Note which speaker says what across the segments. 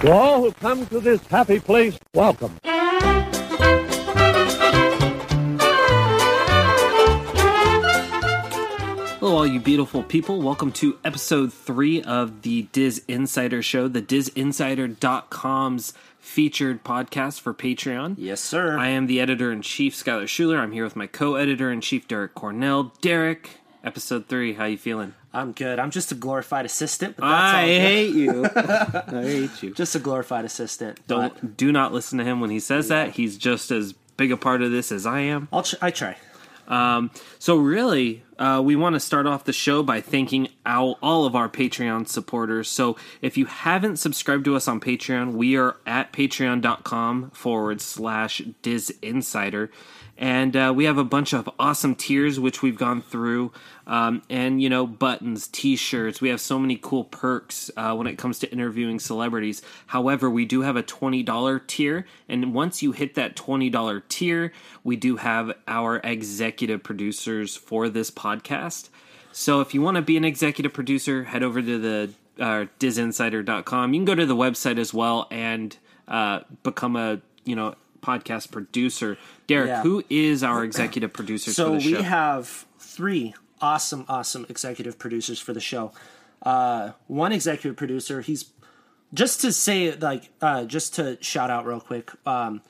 Speaker 1: To all who come to this happy place, welcome.
Speaker 2: Hello, all you beautiful people. Welcome to episode three of the Diz Insider Show, the DizInsider.com's featured podcast for Patreon.
Speaker 3: Yes, sir.
Speaker 2: I am the editor in chief, Skylar Schuler. I'm here with my co editor in chief, Derek Cornell. Derek, episode three, how you feeling?
Speaker 3: I'm good. I'm just a glorified assistant. But that's
Speaker 2: I
Speaker 3: all good.
Speaker 2: hate you. I hate you.
Speaker 3: Just a glorified assistant.
Speaker 2: Don't
Speaker 3: but
Speaker 2: do not listen to him when he says that. He's just as big a part of this as I am.
Speaker 3: I'll tr- I try.
Speaker 2: So really, uh, we want to start off the show by thanking all, all of our Patreon supporters. So if you haven't subscribed to us on Patreon, we are at patreon.com forward slash disinsider. And uh, we have a bunch of awesome tiers, which we've gone through. Um, and, you know, buttons, t shirts. We have so many cool perks uh, when it comes to interviewing celebrities. However, we do have a $20 tier. And once you hit that $20 tier, we do have our executive producers for this podcast. So if you want to be an executive producer, head over to the uh, disinsider.com. You can go to the website as well and uh, become a, you know, podcast producer. Derek,
Speaker 3: Yeah.
Speaker 2: who is our executive producer
Speaker 3: So
Speaker 2: for the
Speaker 3: we
Speaker 2: show?
Speaker 3: have three awesome, awesome executive producers for the show. Uh, one executive producer, he's just to say like uh, just to shout out real quick. Um,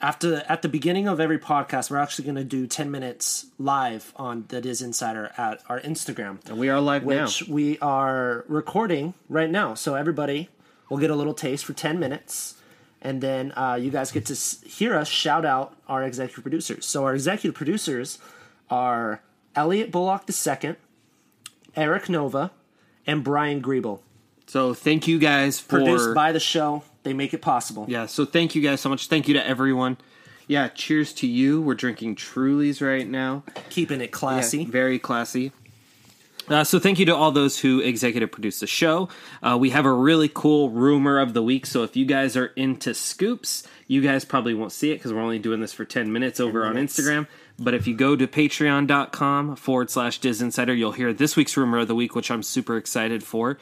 Speaker 3: after at the beginning of every podcast, we're actually going to do ten minutes live on the Diz Insider at our Instagram.
Speaker 2: we are live now.
Speaker 3: which we are recording right now. So everybody will get a little taste for 10 minutes. And then uh, you guys get to s- hear us shout out our executive producers. So our executive producers are Elliot Bullock II, Eric Nova, and Brian Griebel.
Speaker 2: So thank you guys for
Speaker 3: Produced by the show. They make it possible.
Speaker 2: Yeah, so thank you guys so much. Thank you to everyone. Yeah, cheers to you. We're drinking Trulies right now.
Speaker 3: Keeping it classy.
Speaker 2: Yeah, very classy. Uh, so thank you to all those who executive produced the show. Uh, we have a really cool rumor of the week. So if you guys are into scoops, you guys probably won't see it because we're only doing this for 10 minutes over
Speaker 3: minutes.
Speaker 2: on Instagram. But if you go to patreon.com forward slash disinsider, you'll hear this week's rumor of the week, which I'm super excited for.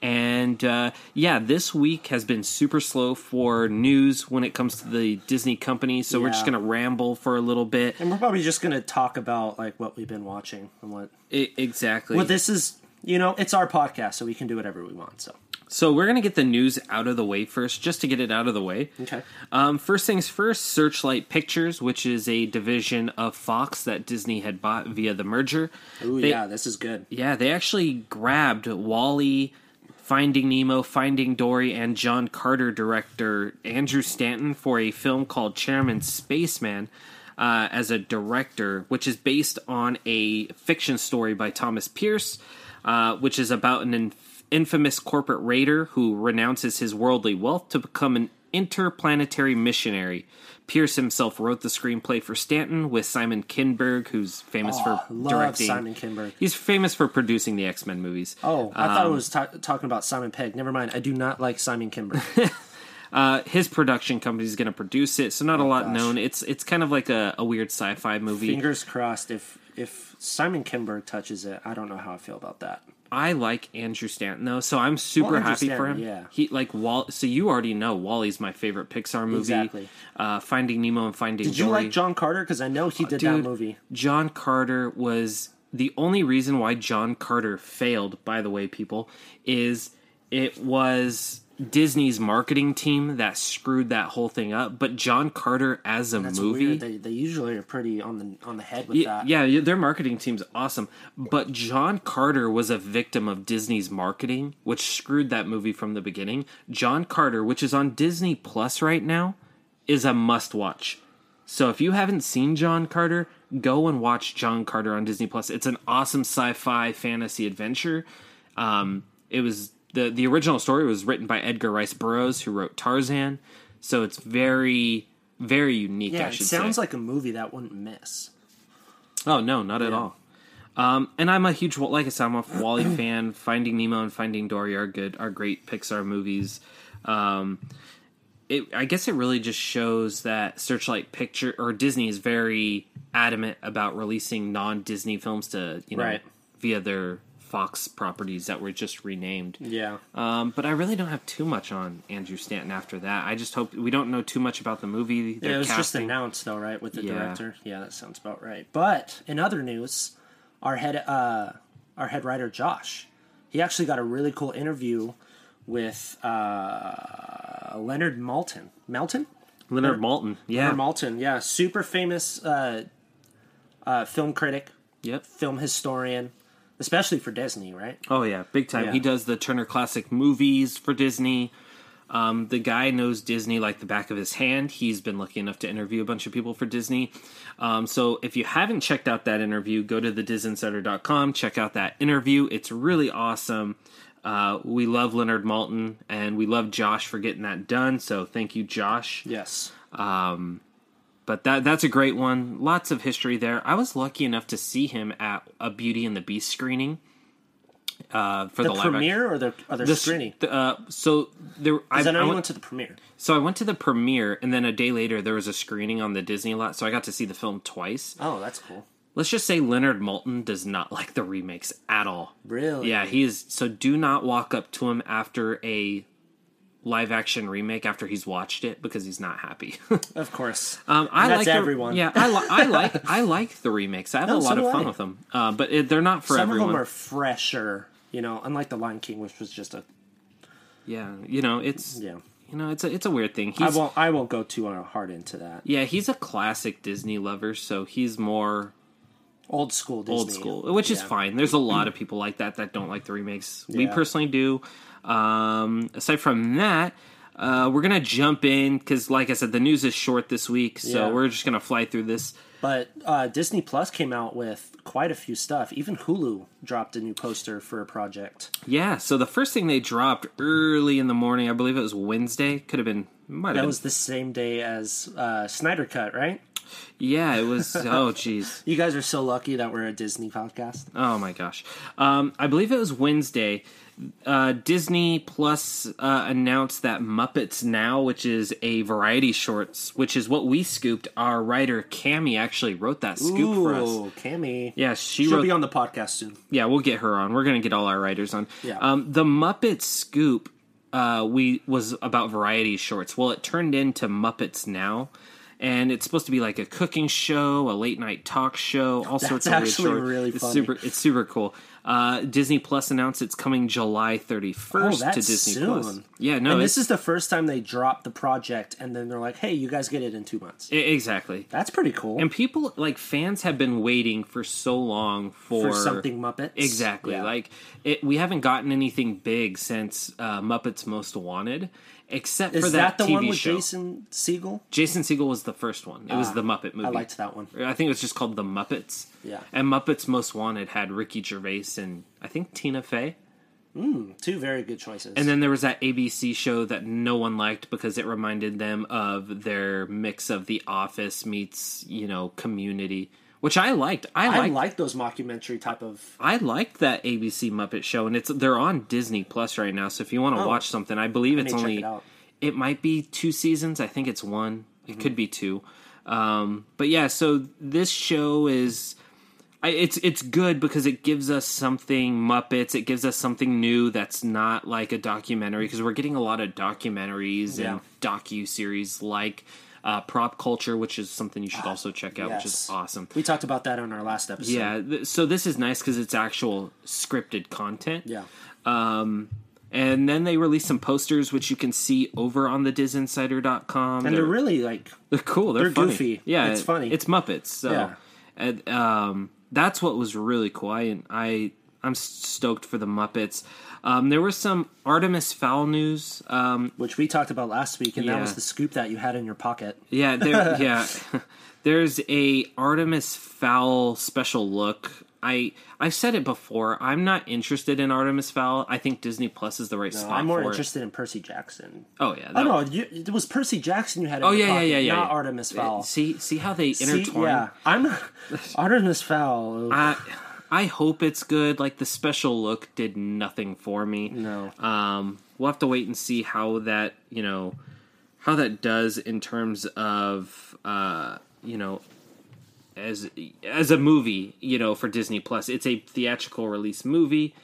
Speaker 2: And uh, yeah, this week has been super slow for news when it comes to the Disney company. So we're
Speaker 3: Yeah.
Speaker 2: just going to ramble for a little bit.
Speaker 3: And we're probably just going to talk about like what we've been watching and what.
Speaker 2: I- E-, exactly.
Speaker 3: Well, this is, you know, it's our podcast, so we can do whatever we want. So,
Speaker 2: So we're gonna get the news out of the way first, just to get it out of the way.
Speaker 3: okay.
Speaker 2: Um, first things first, Searchlight Pictures, which is a division of Fox that Disney had bought via the merger.
Speaker 3: Ooh,
Speaker 2: They-
Speaker 3: yeah, this is good.
Speaker 2: Yeah, they actually grabbed Wally, Finding Nemo, Finding Dory, and John Carter director Andrew Stanton for a film called Chairman Spaceman uh, as a director, which is based on a fiction story by Thomas Pierce, uh, which is about an inf- infamous corporate raider who renounces his worldly wealth to become an interplanetary missionary. Pierce himself wrote the screenplay for Stanton with Simon Kinberg, who's famous for
Speaker 3: Oh, love
Speaker 2: directing
Speaker 3: Simon Kinberg.
Speaker 2: He's famous for producing the X Men movies.
Speaker 3: Oh, I
Speaker 2: Um,
Speaker 3: thought it was ta- talking about Simon Pegg. Never mind. I do not like Simon Kimber.
Speaker 2: Uh, his production company is going to produce it, so not a lot
Speaker 3: Oh, gosh.
Speaker 2: known. It's it's kind of like a, a weird sci-fi movie.
Speaker 3: Fingers crossed. If if Simon Kimber touches it, I don't know how I feel about that.
Speaker 2: I like Andrew Stanton though, so I'm super
Speaker 3: Well, Andrew
Speaker 2: happy for
Speaker 3: Stanton,
Speaker 2: him.
Speaker 3: yeah.
Speaker 2: he like Wall. So you already know Wally's my favorite Pixar movie.
Speaker 3: Exactly.
Speaker 2: Uh, Finding Nemo and Finding
Speaker 3: Did you
Speaker 2: Dory.
Speaker 3: like John Carter? Because I know he did
Speaker 2: Uh, Dude,
Speaker 3: that movie.
Speaker 2: John Carter was the only reason why John Carter failed, by the way, people, is it was Disney's marketing team that screwed that whole thing up. But John Carter as a
Speaker 3: It's
Speaker 2: movie.
Speaker 3: weird. They, they usually are pretty on the on the head with
Speaker 2: Yeah,
Speaker 3: that.
Speaker 2: yeah, yeah, their marketing team's awesome. But John Carter was a victim of Disney's marketing, which screwed that movie from the beginning. John Carter, which is on Disney Plus right now, is a must watch. So if you haven't seen John Carter, go and watch John Carter on Disney Plus. It's an awesome sci-fi fantasy adventure. Um, it was the the original story was written by Edgar Rice Burroughs, who wrote Tarzan. So it's very very unique.
Speaker 3: Yeah,
Speaker 2: I
Speaker 3: it
Speaker 2: should
Speaker 3: sounds
Speaker 2: say.
Speaker 3: like a movie that wouldn't miss.
Speaker 2: Oh no, not at all. Um, and I'm a huge Wa- like I said, I'm a Wally fan. Finding Nemo and Finding Dory are good, are great Pixar movies. Um, it, I guess it really just shows that Searchlight Picture or Disney is very adamant about releasing non-Disney films to you know
Speaker 3: Right.
Speaker 2: via their Fox properties that were just renamed.
Speaker 3: Yeah.
Speaker 2: Um, but I really don't have too much on Andrew Stanton after that. I just hope we don't know too much about the movie.
Speaker 3: Yeah,
Speaker 2: their
Speaker 3: it was just
Speaker 2: casting.
Speaker 3: announced though, right, with the
Speaker 2: Yeah.
Speaker 3: director. Yeah, that sounds about right. But in other news, our head uh, our head writer Josh, he actually got a really cool interview with uh, Leonard Maltin. Melton?
Speaker 2: Leonard Malton. Yeah.
Speaker 3: Leonard Maltin, yeah, super famous uh, uh, film critic,
Speaker 2: Yep.
Speaker 3: film historian, especially for Disney, right?
Speaker 2: Oh yeah, big time.
Speaker 3: Yeah.
Speaker 2: He does the Turner Classic movies for Disney. Um, the guy knows Disney like the back of his hand. He's been lucky enough to interview a bunch of people for Disney. Um, so if you haven't checked out that interview, go to thedisinsider.com, check out that interview. It's really awesome. Uh, we love Leonard Malton and we love Josh for getting that done. So thank you, Josh.
Speaker 3: Yes.
Speaker 2: But that that's a great one. Lots of history there. I was lucky enough to see him at a Beauty and the Beast screening uh, for the,
Speaker 3: The,
Speaker 2: live action-
Speaker 3: premiere or the other
Speaker 2: the s-
Speaker 3: screening?
Speaker 2: the, uh, so there, I,
Speaker 3: Because I
Speaker 2: I
Speaker 3: know you
Speaker 2: went,
Speaker 3: went to the premiere.
Speaker 2: so I went to the premiere, and then a day later there was a screening on the Disney lot, so I got to see the film twice.
Speaker 3: Oh, that's cool.
Speaker 2: Let's just say Leonard Maltin does not like the remakes at all.
Speaker 3: Really?
Speaker 2: Yeah, he is. So do not walk up to him after a live action remake after he's watched it because he's not happy.
Speaker 3: Of course.
Speaker 2: Um, I
Speaker 3: That's
Speaker 2: like the-
Speaker 3: everyone.
Speaker 2: Yeah, I, li- I like I like the remakes. I have a
Speaker 3: No,
Speaker 2: lot
Speaker 3: so do
Speaker 2: of fun
Speaker 3: I.
Speaker 2: with them, uh, but it, they're not for
Speaker 3: Some
Speaker 2: everyone.
Speaker 3: of them are fresher, you know, unlike The Lion King, which was just a
Speaker 2: Yeah, you know it's
Speaker 3: yeah.
Speaker 2: you know it's a it's a weird thing.
Speaker 3: I
Speaker 2: He's,
Speaker 3: won't I won't go too uh, hard into that.
Speaker 2: Yeah, he's a classic Disney lover, so he's more
Speaker 3: Old school Disney.
Speaker 2: old school, which is
Speaker 3: Yeah.
Speaker 2: fine. There's a lot of people like that that don't like the remakes. We
Speaker 3: Yeah.
Speaker 2: personally do. Um, aside from that, uh, we're gonna jump in because, like I said, the news is short this week, so
Speaker 3: Yeah.
Speaker 2: we're just gonna fly through this.
Speaker 3: But uh, Disney Plus came out with quite a few stuff. Even Hulu dropped a new poster for a project.
Speaker 2: Yeah. So the first thing they dropped early in the morning, I believe it was Wednesday. Could have been. Might have
Speaker 3: That
Speaker 2: been.
Speaker 3: was the same day as uh, Snyder Cut, right?
Speaker 2: yeah, it was. oh, jeez.
Speaker 3: You guys are so lucky that we're a Disney podcast.
Speaker 2: Oh my gosh. Um, I believe it was Wednesday. Uh, Disney Plus uh, announced that Muppets Now, which is a variety shorts, which is what we scooped. Our writer Cammy actually wrote that scoop for us.
Speaker 3: Ooh, Cammy.
Speaker 2: Yeah, she
Speaker 3: She'll
Speaker 2: wrote.
Speaker 3: be on the podcast soon.
Speaker 2: yeah, we'll get her on. We're gonna get all our writers on.
Speaker 3: Yeah.
Speaker 2: Um, the Muppet scoop uh, we was about variety shorts. Well, it turned into Muppets Now. And it's supposed to be like a cooking show, a late night talk show, all sorts of
Speaker 3: actually
Speaker 2: weird shorts.
Speaker 3: really
Speaker 2: it's
Speaker 3: funny.
Speaker 2: super it's super cool. Uh, Disney Plus announced it's coming July 31st
Speaker 3: Oh, that's
Speaker 2: to Disney
Speaker 3: soon.
Speaker 2: Plus. Yeah, no,
Speaker 3: and
Speaker 2: it's,
Speaker 3: this is the first time they dropped the project, and then they're like, "Hey, you guys get it in two months."
Speaker 2: e- exactly.
Speaker 3: That's pretty cool.
Speaker 2: And people like fans have been waiting for so long for,
Speaker 3: for something Muppets.
Speaker 2: Exactly.
Speaker 3: Yeah.
Speaker 2: Like it, we haven't gotten anything big since uh, Muppets Most Wanted, except
Speaker 3: is
Speaker 2: for
Speaker 3: that,
Speaker 2: that,
Speaker 3: the
Speaker 2: TV
Speaker 3: one with
Speaker 2: show. Jason?
Speaker 3: Jason Siegel?
Speaker 2: Siegel was the first one. It was the Muppet movie.
Speaker 3: I liked that one.
Speaker 2: I think it was just called The Muppets.
Speaker 3: Yeah.
Speaker 2: And Muppets Most Wanted had Ricky Gervais and I think Tina Fey.
Speaker 3: Two very good choices.
Speaker 2: And then there was that ABC show that no one liked because it reminded them of their mix of The Office meets, you know, Community, which I liked. I
Speaker 3: I
Speaker 2: liked
Speaker 3: like those mockumentary type of.
Speaker 2: I liked that ABC Muppet Show, and it's they're on Disney Plus right now. So if you want
Speaker 3: Oh.
Speaker 2: to watch something, I believe it's
Speaker 3: check
Speaker 2: only
Speaker 3: it out.
Speaker 2: it might be two seasons. I think it's one. It could be two. Um, but yeah, so this show is I, it's it's good because it gives us something Muppets. It gives us something new that's not like a documentary because we're getting a lot of documentaries
Speaker 3: Yeah.
Speaker 2: and docu series like uh, Prop Culture, which is something you should also check out, which is
Speaker 3: Ah, yes.
Speaker 2: awesome.
Speaker 3: We talked about that on our last episode.
Speaker 2: Yeah, th- so this is nice because it's actual scripted content.
Speaker 3: Yeah.
Speaker 2: And then they released some posters, which you can see over on the disinsider.com.
Speaker 3: And they're really like.
Speaker 2: they're cool. They're,
Speaker 3: they're
Speaker 2: funny.
Speaker 3: goofy.
Speaker 2: Yeah,
Speaker 3: It's funny.
Speaker 2: It's Muppets. So,
Speaker 3: Yeah.
Speaker 2: and, um, that's what was really cool. I, I, I'm stoked for the Muppets. Um, there was some Artemis Fowl news. Um,
Speaker 3: Which we talked about last week, and
Speaker 2: Yeah.
Speaker 3: that was the scoop that you had in your pocket.
Speaker 2: Yeah, there. yeah, there's a Artemis Fowl special look. I I've said it before. I'm not interested in Artemis Fowl. I think Disney Plus is the right spot.
Speaker 3: I'm more
Speaker 2: for it.
Speaker 3: interested in Percy Jackson.
Speaker 2: Oh yeah.
Speaker 3: Oh
Speaker 2: that-
Speaker 3: no, you, it was Percy Jackson you had. In
Speaker 2: Oh yeah,
Speaker 3: your
Speaker 2: yeah,
Speaker 3: pocket,
Speaker 2: yeah, yeah.
Speaker 3: Not
Speaker 2: yeah.
Speaker 3: Artemis Fowl.
Speaker 2: See, see how they
Speaker 3: See,
Speaker 2: intertwine.
Speaker 3: yeah, I'm Artemis Fowl.
Speaker 2: I I hope it's good. Like the special look did nothing for me.
Speaker 3: No.
Speaker 2: Um, we'll have to wait and see how that you know how that does in terms of uh, you know as as a movie, you know, for Disney Plus. It's a theatrical release movie.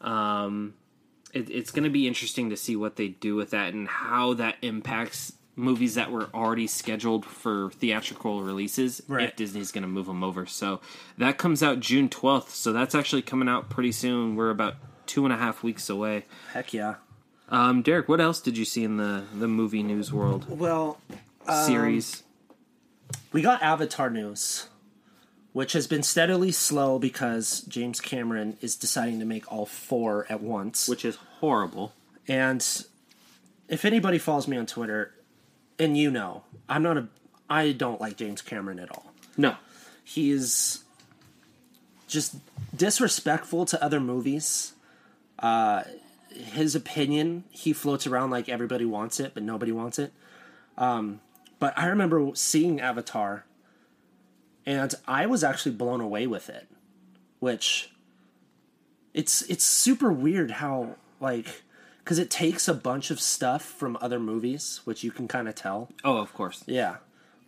Speaker 2: Um, it, it's going to be interesting to see what they do with that and how that impacts movies that were already scheduled for theatrical releases
Speaker 3: Right.
Speaker 2: if Disney's going to move them over. So that comes out June 12th. So that's actually coming out pretty soon. We're about two and a half weeks away.
Speaker 3: Heck yeah.
Speaker 2: Um, Derek, what else did you see in the, the movie news world
Speaker 3: Well,
Speaker 2: series?
Speaker 3: we got Avatar news, which has been steadily slow because James Cameron is deciding to make all four at once.
Speaker 2: which is horrible.
Speaker 3: And if anybody follows me on Twitter, and you know, I'm not a I don't like James Cameron at all.
Speaker 2: No.
Speaker 3: He is just disrespectful to other movies. Uh, his opinion he floats around like everybody wants it, but nobody wants it. Um, but I remember seeing Avatar, and I was actually blown away with it. Which it's it's super weird how like because it takes a bunch of stuff from other movies, which you can kind of tell.
Speaker 2: Oh, of course.
Speaker 3: Yeah.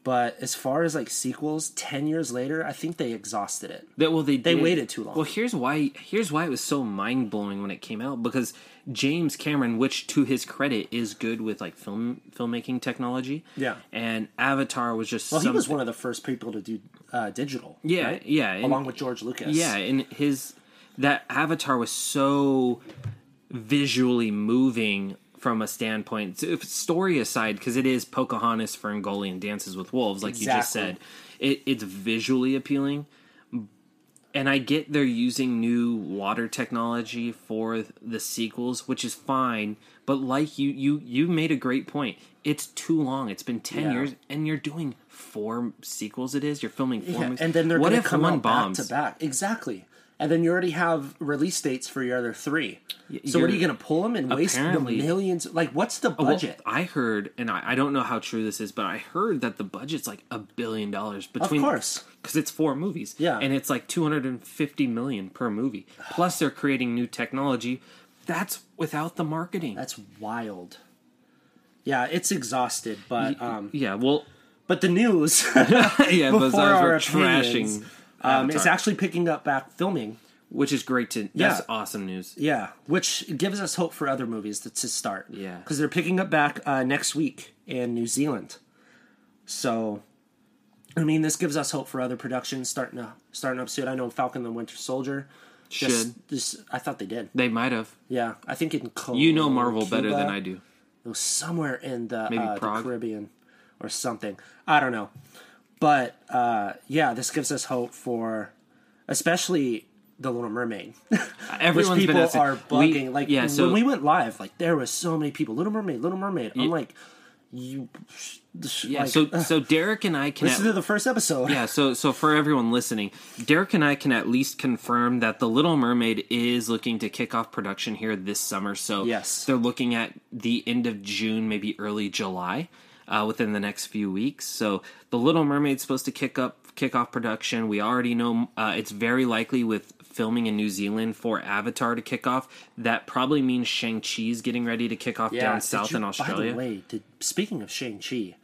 Speaker 3: But as far as like sequels, 10 years later, I think they exhausted it.
Speaker 2: That well, they
Speaker 3: They
Speaker 2: did.
Speaker 3: waited too long.
Speaker 2: Well, here's why. Here's why it was so mind blowing when it came out because James Cameron, which to his credit is good with like film filmmaking technology,
Speaker 3: Yeah.
Speaker 2: and Avatar was just
Speaker 3: Well, he was
Speaker 2: something-
Speaker 3: one of the first people to do uh, digital.
Speaker 2: yeah,
Speaker 3: right?
Speaker 2: yeah, and-
Speaker 3: Along with George Lucas.
Speaker 2: Yeah, and his that avatar was so visually moving from a standpoint, so if- story aside, because it is Pocahontas for Angolian Dances with Wolves, like you just said.
Speaker 3: Exactly.
Speaker 2: It, it's visually appealing, and I get they're using new water technology for the sequels, which is fine. But like you, you you made a great point. It's too long. It's been ten
Speaker 3: Yeah.
Speaker 2: years, and you're doing four sequels. It is you're filming four.
Speaker 3: Yeah,
Speaker 2: movies.
Speaker 3: And then they're
Speaker 2: what
Speaker 3: going
Speaker 2: if
Speaker 3: to come
Speaker 2: one
Speaker 3: out
Speaker 2: bombs?
Speaker 3: back to back. Exactly. And then you already have release dates for your other three. So
Speaker 2: you're-
Speaker 3: what are you going to pull them and waste the
Speaker 2: apparently- Oh,
Speaker 3: millions? Like, what's the
Speaker 2: Well,
Speaker 3: budget?
Speaker 2: I heard, and I, I don't know how true this is, but I heard that the budget's like a billion dollars between.
Speaker 3: course.
Speaker 2: because it's four movies.
Speaker 3: Yeah.
Speaker 2: and it's like two hundred and fifty million per movie. Plus, they're creating new technology. That's without the marketing.
Speaker 3: That's wild. Yeah, it's exhausted, but um,
Speaker 2: yeah, well,
Speaker 3: but the news
Speaker 2: yeah, but
Speaker 3: before
Speaker 2: as
Speaker 3: our
Speaker 2: we're
Speaker 3: opinions,
Speaker 2: trashing,
Speaker 3: um, is
Speaker 2: Avatar.
Speaker 3: actually picking up back filming.
Speaker 2: which is great to. That's awesome news.
Speaker 3: Yeah, which gives us hope for other movies to, to start.
Speaker 2: Yeah.
Speaker 3: because they're picking up back uh, next week in New Zealand. So, I mean, this gives us hope for other productions starting up, starting up soon. I know Falcon and the Winter Soldier. Just,
Speaker 2: Should.
Speaker 3: just I thought they did.
Speaker 2: They might have.
Speaker 3: Yeah, I think in Col-
Speaker 2: You know Marvel better
Speaker 3: Oh, Cuba.
Speaker 2: than I do.
Speaker 3: It was somewhere in the,
Speaker 2: Maybe
Speaker 3: uh, the
Speaker 2: Prague?
Speaker 3: Caribbean or something. I don't know. But uh, yeah, this gives us hope for, especially the Little Mermaid. which
Speaker 2: Everyone's
Speaker 3: people
Speaker 2: been asking-
Speaker 3: are
Speaker 2: we-
Speaker 3: bugging. like
Speaker 2: yeah, so
Speaker 3: when we went live, like there was so many people. Little Mermaid, Little Mermaid. I'm like, you.
Speaker 2: yeah,
Speaker 3: like, uh,
Speaker 2: so so Derek and I can.
Speaker 3: this
Speaker 2: at-
Speaker 3: is the first episode.
Speaker 2: Yeah, so so for everyone listening, Derek and I can at least confirm that The Little Mermaid is looking to kick off production here this summer. So
Speaker 3: Yes.
Speaker 2: they're looking at the end of June, maybe early July, uh, within the next few weeks. So The Little Mermaid's supposed to kick up kick off production. We already know uh, it's very likely with filming in New Zealand for Avatar to kick off. That probably means Shang Chi's getting ready to kick off down
Speaker 3: Did
Speaker 2: south
Speaker 3: you-
Speaker 2: in
Speaker 3: By
Speaker 2: Australia.
Speaker 3: the way, did, speaking of Shang Chi,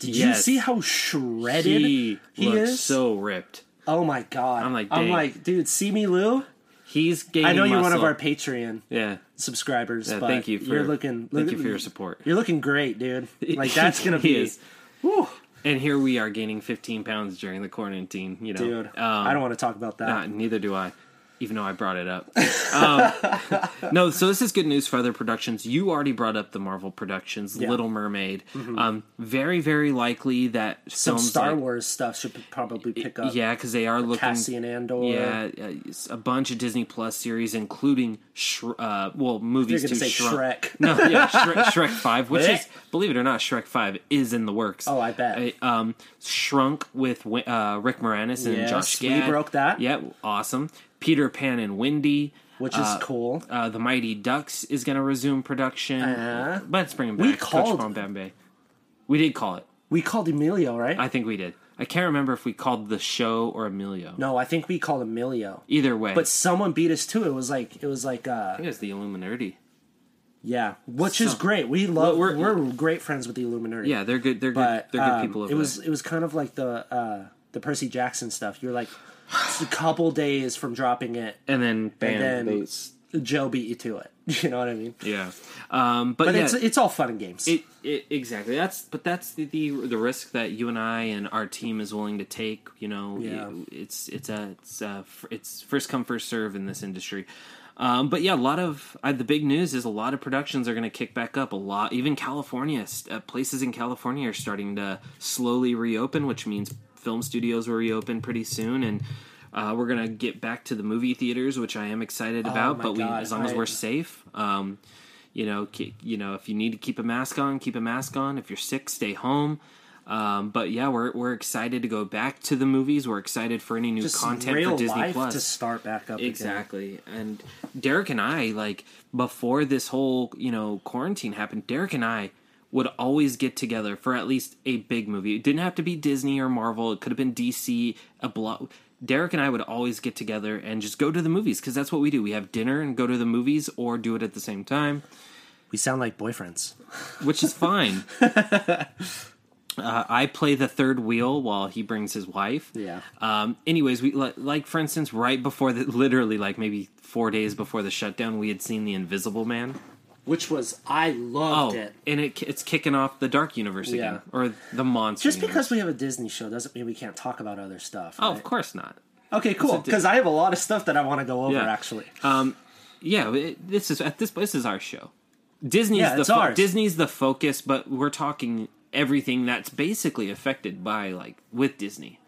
Speaker 3: did you
Speaker 2: Yes.
Speaker 3: see how shredded
Speaker 2: he,
Speaker 3: he,
Speaker 2: looks
Speaker 3: is?
Speaker 2: so ripped.
Speaker 3: oh my god!
Speaker 2: I'm like,
Speaker 3: I'm
Speaker 2: dang.
Speaker 3: like, dude, see me, Lou.
Speaker 2: He's gaining.
Speaker 3: I know you're one of
Speaker 2: muscle.
Speaker 3: our Patreon
Speaker 2: Yeah.
Speaker 3: subscribers.
Speaker 2: Yeah,
Speaker 3: but
Speaker 2: thank you for-
Speaker 3: you're looking.
Speaker 2: thank you for your support.
Speaker 3: You're looking great, dude. Like that's gonna
Speaker 2: He
Speaker 3: be.
Speaker 2: is.
Speaker 3: Whew,
Speaker 2: And here we are gaining 15 pounds during the quarantine. You know,
Speaker 3: dude,
Speaker 2: Um,
Speaker 3: I don't want to talk about that.
Speaker 2: uh, neither do I. Even though I brought it up. Um, no, so this is good news for other productions. You already brought up the Marvel productions, Little Mermaid. Um, very, very likely that
Speaker 3: Mm-hmm. Some
Speaker 2: films
Speaker 3: Star
Speaker 2: like-
Speaker 3: Wars stuff should probably pick up.
Speaker 2: yeah, because they are looking
Speaker 3: Cassian Andor.
Speaker 2: Yeah, uh, it's a bunch of Disney Plus series, including Shre- uh, well movies.
Speaker 3: You're gonna
Speaker 2: too,
Speaker 3: say
Speaker 2: Shrek.
Speaker 3: Shrek.
Speaker 2: No, yeah, Shrek, Shrek Five, which is believe it or not, Shrek Five is in the works.
Speaker 3: Eh? Oh, I bet.
Speaker 2: Uh, um, Shrunk with Wi- uh, Rick Moranis and
Speaker 3: Yes,
Speaker 2: Josh
Speaker 3: we
Speaker 2: Gad.
Speaker 3: broke that.
Speaker 2: Yeah, awesome. Peter Pan and Wendy.
Speaker 3: Which is
Speaker 2: uh,
Speaker 3: cool.
Speaker 2: Uh, the Mighty Ducks is going to resume production.
Speaker 3: Uh-huh.
Speaker 2: Let's bring him back.
Speaker 3: We
Speaker 2: Coach
Speaker 3: called-
Speaker 2: Bombambe. We did call it.
Speaker 3: We called Emilio, right?
Speaker 2: I think we did. I can't remember if we called the show or Emilio.
Speaker 3: no, I think we called Emilio.
Speaker 2: Either way,
Speaker 3: But someone beat us too. It was like it was like uh
Speaker 2: I think it's the Illuminati.
Speaker 3: yeah, which is
Speaker 2: So-
Speaker 3: great. We love
Speaker 2: Well,
Speaker 3: we're,
Speaker 2: we're-
Speaker 3: great friends with the Illuminati.
Speaker 2: Yeah, they're good. They're
Speaker 3: but
Speaker 2: good. They're good
Speaker 3: um,
Speaker 2: people. Over
Speaker 3: it was
Speaker 2: there.
Speaker 3: it was kind of like the uh the Percy Jackson stuff. You're like it's a couple days from dropping it,
Speaker 2: and then bam,
Speaker 3: and
Speaker 2: they-
Speaker 3: then Joe beat you to it. You know what I mean?
Speaker 2: yeah. Um, but,
Speaker 3: But
Speaker 2: yeah,
Speaker 3: it's it's all fun and games.
Speaker 2: It, it, exactly. That's but that's the, the the risk that you and I and our team is willing to take. You know,
Speaker 3: Yeah.
Speaker 2: it's it's a it's a, it's first come first serve in this industry. Um, but yeah, a lot of uh, the big news is a lot of productions are going to kick back up. A lot, even California, st- uh, places in California are starting to slowly reopen, which means film studios will reopen pretty soon, and uh, we're going to get back to the movie theaters, which I am excited about.
Speaker 3: Oh my
Speaker 2: But we,
Speaker 3: God,
Speaker 2: as long as
Speaker 3: I-
Speaker 2: we're safe. Um, you know, ke- you know, if you need to keep a mask on, keep a mask on. If you're sick, stay home. Um, but yeah, we're we're excited to go back to the movies. We're excited for any new
Speaker 3: Just
Speaker 2: content
Speaker 3: real
Speaker 2: for Disney
Speaker 3: life
Speaker 2: Plus.
Speaker 3: to start back up. Again.
Speaker 2: Exactly. And Derek and I, like before this whole, you know, quarantine happened, Derek and I would always get together for at least a big movie. It didn't have to be Disney or Marvel. It could have been DC, a blow. Derek and I would always get together and just go to the movies because that's what we do. We have dinner and go to the movies or do it at the same time
Speaker 3: We sound like boyfriends.
Speaker 2: which is fine. Uh, I play the third wheel while he brings his wife.
Speaker 3: Yeah.
Speaker 2: Um, anyways, we li- like for instance, right before the literally like maybe four days before the shutdown, we had seen The Invisible Man.
Speaker 3: Which was I
Speaker 2: Oh,
Speaker 3: loved it.
Speaker 2: and it, it's kicking off the Dark Universe again
Speaker 3: Yeah.
Speaker 2: or the Monster.
Speaker 3: Just
Speaker 2: Universe.
Speaker 3: because we have a Disney show doesn't mean we can't talk about other stuff.
Speaker 2: Oh,
Speaker 3: right?
Speaker 2: of course not.
Speaker 3: Okay, cool.
Speaker 2: It's a di-
Speaker 3: Because I have a lot of stuff that I want to go over.
Speaker 2: Yeah. Uh,
Speaker 3: Actually,
Speaker 2: Yeah, it, this is at this this is our show. Disney's
Speaker 3: Yeah,
Speaker 2: the
Speaker 3: it's
Speaker 2: fo-
Speaker 3: ours.
Speaker 2: Disney's the focus, but we're talking everything that's basically affected by like with Disney.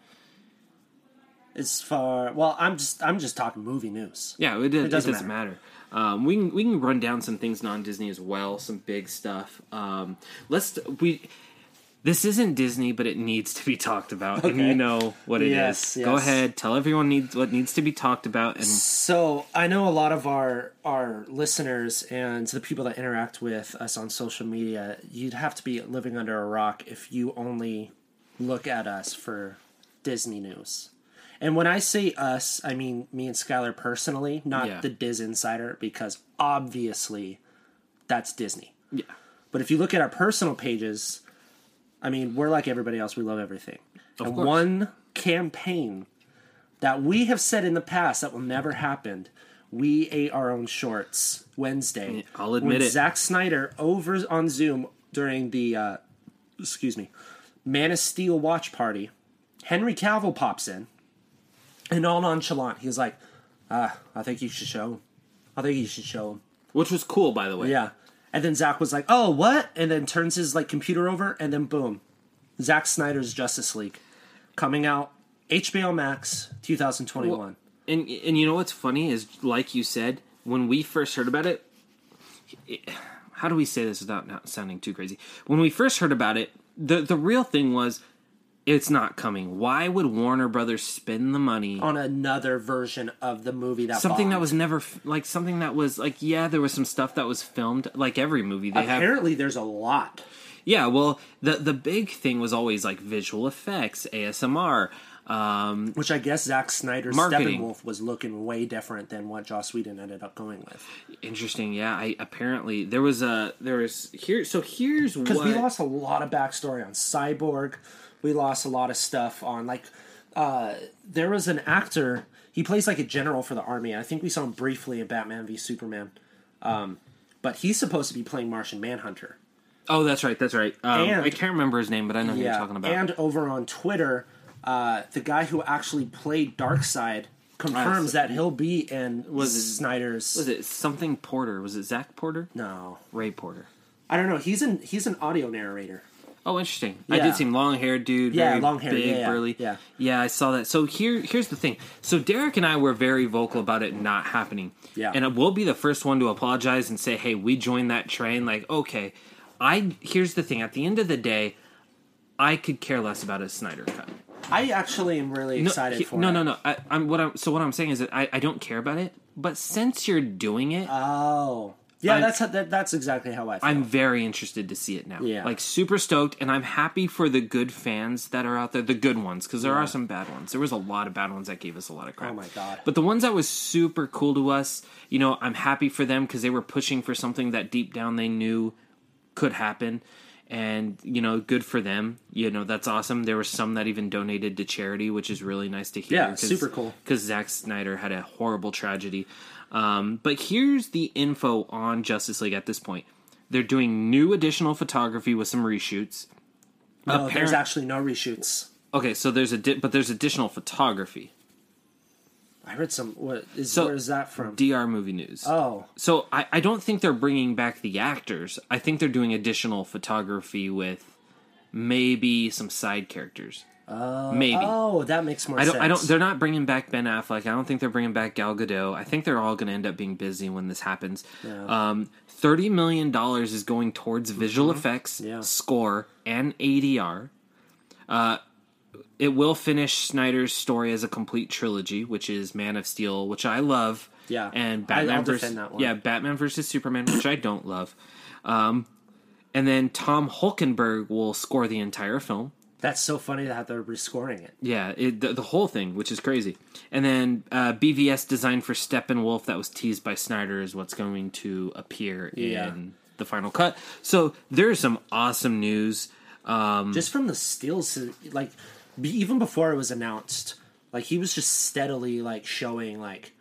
Speaker 3: as far well, I'm just I'm just talking movie news.
Speaker 2: Yeah, it, does, it doesn't,
Speaker 3: doesn't
Speaker 2: matter. Um, we can we can run down some things non Disney as well, some big stuff. Um, let's we. This isn't Disney, but it needs to be talked about, and you
Speaker 3: Okay.
Speaker 2: know what it is.
Speaker 3: Yes,
Speaker 2: Go
Speaker 3: yes.
Speaker 2: ahead, tell everyone needs what needs to be talked about, and
Speaker 3: So I know a lot of our our listeners and the people that interact with us on social media. You'd have to be living under a rock if you only look at us for Disney news. And when I say us, I mean me and Skylar personally, not
Speaker 2: Yeah.
Speaker 3: the Diz Insider, because obviously that's Disney.
Speaker 2: yeah,
Speaker 3: But if you look at our personal pages, I mean, we're like everybody else. We love everything. and
Speaker 2: course.
Speaker 3: one campaign that we have said in the past that will never happen. We ate our own shorts Wednesday.
Speaker 2: I'll admit
Speaker 3: when
Speaker 2: it.
Speaker 3: Zack Snyder over on Zoom during the, uh, excuse me, Man of Steel watch party, Henry Cavill pops in, and all nonchalant, he's like, "Ah, I think you should show him. I think you should show him."
Speaker 2: which was cool, by the way.
Speaker 3: Yeah. And then Zach was like, "Oh, what?" And then turns his like computer over, and then boom, Zack Snyder's Justice League coming out HBO Max 2021.
Speaker 2: And and you know what's funny is, like you said, when we first heard about it, it- how do we say this without not sounding too crazy? When we first heard about it, the the real thing was, it's not coming. Why would Warner Brothers spend the money
Speaker 3: on another version of the movie that
Speaker 2: something that
Speaker 3: bombed.
Speaker 2: was never f- like something that was like yeah there was some stuff that was filmed like every movie they have
Speaker 3: apparently there's a lot.
Speaker 2: yeah well the the big thing was always like visual effects asmr um
Speaker 3: Which I guess Zack Snyder's
Speaker 2: Marketing.
Speaker 3: Steppenwolf was looking way different than what Joss Whedon ended up going with.
Speaker 2: interesting yeah i apparently there was a there was here so here's what
Speaker 3: Because we lost a lot of backstory on Cyborg. We lost a lot of stuff on like uh there was an actor, he plays like a general for the army. I think we saw him briefly in Batman v Superman. Um but he's supposed to be playing Martian Manhunter.
Speaker 2: oh that's right that's right um,
Speaker 3: And-
Speaker 2: i can't remember his name but i know who you're talking about
Speaker 3: And over on Twitter, uh the guy who actually played Darkseid confirms that he'll be in was
Speaker 2: it-
Speaker 3: Snyder's
Speaker 2: was it something porter was it zach porter
Speaker 3: No.
Speaker 2: ray porter
Speaker 3: I don't know. He's an he's an audio narrator.
Speaker 2: Oh, interesting. I
Speaker 3: Yeah.
Speaker 2: did see him long haired dude.
Speaker 3: Yeah,
Speaker 2: very
Speaker 3: long-haired,
Speaker 2: big,
Speaker 3: yeah, yeah,
Speaker 2: burly.
Speaker 3: yeah.
Speaker 2: yeah. I saw that. So here, here's the thing. So Derek and I were very vocal about it not happening.
Speaker 3: Yeah.
Speaker 2: and uh, we'll be the first one to apologize and say, "Hey, we joined that train." Like, okay, I here's the thing. At the end of the day, I could care less about a Snyder cut.
Speaker 3: I actually am really excited
Speaker 2: he-
Speaker 3: for
Speaker 2: no,
Speaker 3: it.
Speaker 2: no, no. I, I'm what I'm. So what I'm saying is that I, I don't care about it. But since you're doing it,
Speaker 3: Oh, yeah,
Speaker 2: I'm-
Speaker 3: that's how, that, that's exactly how I feel.
Speaker 2: I'm very interested to see it now.
Speaker 3: Yeah.
Speaker 2: Like super stoked, and I'm happy for the good fans that are out there, the good ones, because there are some bad ones. There was a lot of bad ones that gave us a lot of crap.
Speaker 3: Oh my God.
Speaker 2: But the ones that was super cool to us, you know, I'm happy for them because they were pushing for something that deep down they knew could happen. and you know good for them you know that's awesome there were some that even donated to charity which is really nice to hear
Speaker 3: Yeah, super cool.
Speaker 2: because Zack Snyder had a horrible tragedy um, but here's the info on Justice League at this point they're doing new additional photography with some reshoots
Speaker 3: No, Oh, there's
Speaker 2: Apparent-
Speaker 3: actually no reshoots.
Speaker 2: okay so there's a di- but there's additional photography
Speaker 3: I heard some. What is
Speaker 2: So-
Speaker 3: where is that from?
Speaker 2: DR movie news
Speaker 3: oh,
Speaker 2: So I, I don't think they're bringing back the actors. I think they're doing additional photography with maybe some side characters. maybe.
Speaker 3: oh, that makes more
Speaker 2: I don't.
Speaker 3: sense.
Speaker 2: I don't. They're not bringing back Ben Affleck. I don't think they're bringing back Gal Gadot. I think they're all going to end up being busy when this happens. Um, Thirty million dollars is going towards visual effects,
Speaker 3: Mm-hmm. Yeah.
Speaker 2: score, and ADR. Uh, it will finish Snyder's story as a complete trilogy, which is Man of Steel, which I love.
Speaker 3: Yeah.
Speaker 2: and
Speaker 3: I- I'll
Speaker 2: Batman versus
Speaker 3: defend that one.
Speaker 2: yeah, Batman versus Superman, which I don't love. Um, and then Tom Hulkenberg will score the entire film.
Speaker 3: That's so funny that they're rescoring it.
Speaker 2: Yeah, it, the, the whole thing, which is crazy. And then uh, BVS design for Steppenwolf that was teased by Snyder is what's going to appear
Speaker 3: Yeah.
Speaker 2: in the final cut. So there's some awesome news. Um,
Speaker 3: just from the steals to- like be, even before it was announced like he was just steadily like showing like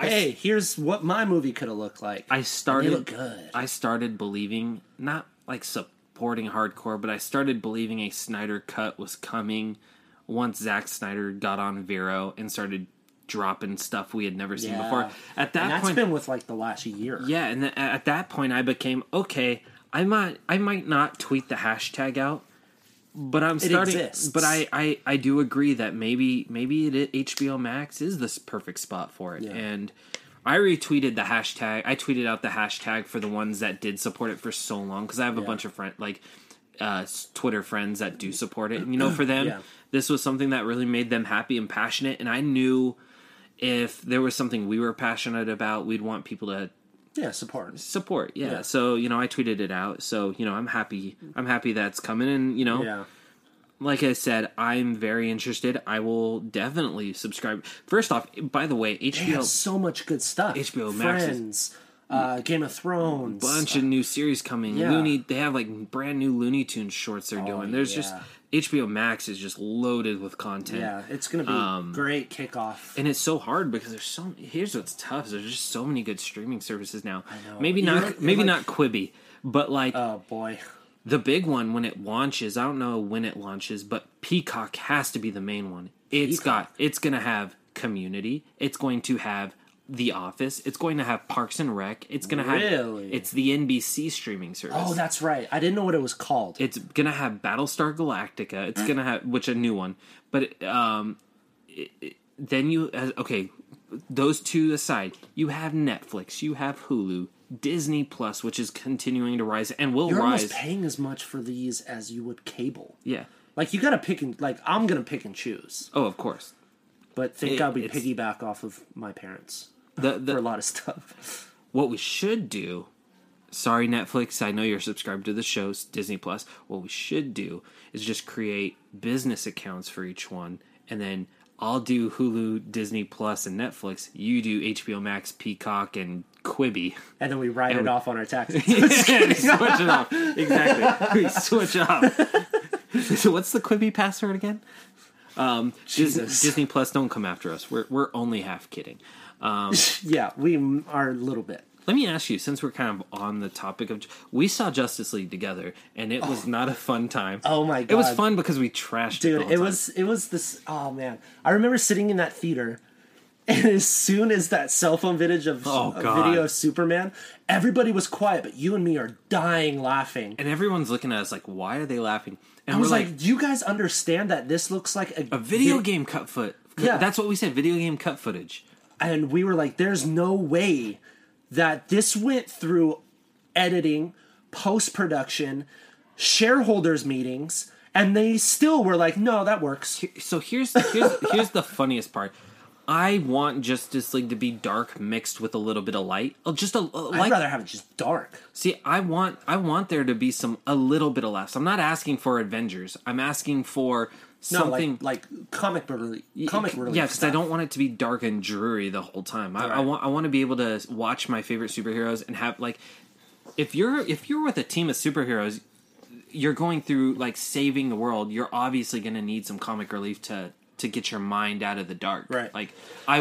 Speaker 3: hey here's what my movie could have looked like
Speaker 2: I started
Speaker 3: look good.
Speaker 2: I started believing not like supporting hardcore, but I started believing a Snyder cut was coming once Zack Snyder got on Vero and started dropping stuff we had never seen
Speaker 3: Yeah.
Speaker 2: before. At that
Speaker 3: and that's
Speaker 2: point,
Speaker 3: been with like the last year
Speaker 2: Yeah, and th- at that point, I became okay. I might, I might not tweet the hashtag out, but I'm starting.
Speaker 3: exists.
Speaker 2: But I, I, I do agree that maybe, maybe it, HBO Max is this perfect spot for it. And I retweeted the hashtag. I tweeted out the hashtag for the ones that did support it for so long because I have a bunch of friend like uh, s- Twitter friends that do support it. And you know, for them,
Speaker 3: Yeah.
Speaker 2: this was something that really made them happy and passionate. And I knew. If there was something we were passionate about, we'd want people to
Speaker 3: yeah support
Speaker 2: support yeah.
Speaker 3: Yeah.
Speaker 2: so you know i tweeted it out so you know i'm happy i'm happy that's coming and you know
Speaker 3: yeah
Speaker 2: like i said i'm very interested i will definitely subscribe first off by the way
Speaker 3: they have
Speaker 2: hbo
Speaker 3: so much good stuff
Speaker 2: HBO Max is-
Speaker 3: friends uh game of thrones
Speaker 2: bunch of new series coming
Speaker 3: Yeah. Oh,
Speaker 2: looney they have like brand new looney tunes shorts they're doing there's just
Speaker 3: yeah.
Speaker 2: hbo max is just loaded with content
Speaker 3: yeah it's gonna be
Speaker 2: Um,
Speaker 3: great kickoff
Speaker 2: and it's so hard because there's so here's what's tough is there's just so many good streaming services now
Speaker 3: know.
Speaker 2: maybe
Speaker 3: You
Speaker 2: not
Speaker 3: know,
Speaker 2: maybe
Speaker 3: like-
Speaker 2: not quibi but like
Speaker 3: oh boy
Speaker 2: the big one when it launches i don't know when it launches but peacock has to be the main one It's got it's going to have community it's going to have the office it's going to have parks and rec it's going to have
Speaker 3: Really?
Speaker 2: it's the nbc streaming service
Speaker 3: oh that's right i didn't know what it was called
Speaker 2: it's going to have battlestar galactica
Speaker 3: Mm.
Speaker 2: it's going to have which a new one but um it, it, then you as- okay those two aside you have netflix you have hulu disney plus which is continuing to rise and will
Speaker 3: you're
Speaker 2: rise
Speaker 3: almost paying as much for these as you would cable
Speaker 2: yeah
Speaker 3: like you gotta pick and like i'm gonna pick and choose
Speaker 2: oh of course
Speaker 3: But thank
Speaker 2: It-
Speaker 3: God we
Speaker 2: it's-
Speaker 3: piggyback off of my parents
Speaker 2: the, the,
Speaker 3: for a lot of stuff.
Speaker 2: what we should do sorry netflix i know you're subscribed to the shows disney plus what we should do is just create business accounts for each one and then i'll do hulu disney plus and netflix you do hbo max peacock and quibi
Speaker 3: And then we write it off on our taxes.
Speaker 2: switch it off exactly we switch off so what's the quibi password again um disney,
Speaker 3: Jesus.
Speaker 2: disney plus don't come after us we're, we're only half kidding
Speaker 3: yeah, we m- are a little bit.
Speaker 2: Let me ask you, since we're kind of on the topic of, we saw Justice League together, and it was not a fun time.
Speaker 3: Oh my
Speaker 2: It was
Speaker 3: God.
Speaker 2: fun because we trashed,
Speaker 3: Dude,
Speaker 2: The whole
Speaker 3: it
Speaker 2: time.
Speaker 3: was it was this oh man. I remember sitting in that theater and as soon as that cell phone vintage of
Speaker 2: Oh,
Speaker 3: a
Speaker 2: God.
Speaker 3: video of Superman, everybody was quiet, but you and me are dying laughing.
Speaker 2: and everyone's looking at us like, why are they laughing? And
Speaker 3: I was
Speaker 2: we're like,
Speaker 3: like, "Do you guys understand that this looks like a,
Speaker 2: a video
Speaker 3: vi-
Speaker 2: game cut foot.
Speaker 3: Yeah.
Speaker 2: that's what we said. Video game cut footage.
Speaker 3: and we were like, "There's no way that this went through editing, post production, shareholders meetings, and they still were like, no, that works."
Speaker 2: So here's here's here's the funniest part. I want Justice League to be dark mixed with a little bit of light. Oh, Just a, a
Speaker 3: I'd
Speaker 2: light
Speaker 3: rather have it just dark.
Speaker 2: See, I want I want there to be some a little bit of laughs. I'm not asking for Avengers. I'm asking for
Speaker 3: No,
Speaker 2: something
Speaker 3: like like comic relief. Comic relief.
Speaker 2: Yeah, because I
Speaker 3: stuff.
Speaker 2: don't want it to be dark and dreary the whole time. I, I
Speaker 3: Right.
Speaker 2: want I want to be able to watch my favorite superheroes and have like if you're if you're with a team of superheroes, you're going through like saving the world, you're obviously going to need some comic relief to to get your mind out of the dark.
Speaker 3: Right.
Speaker 2: Like I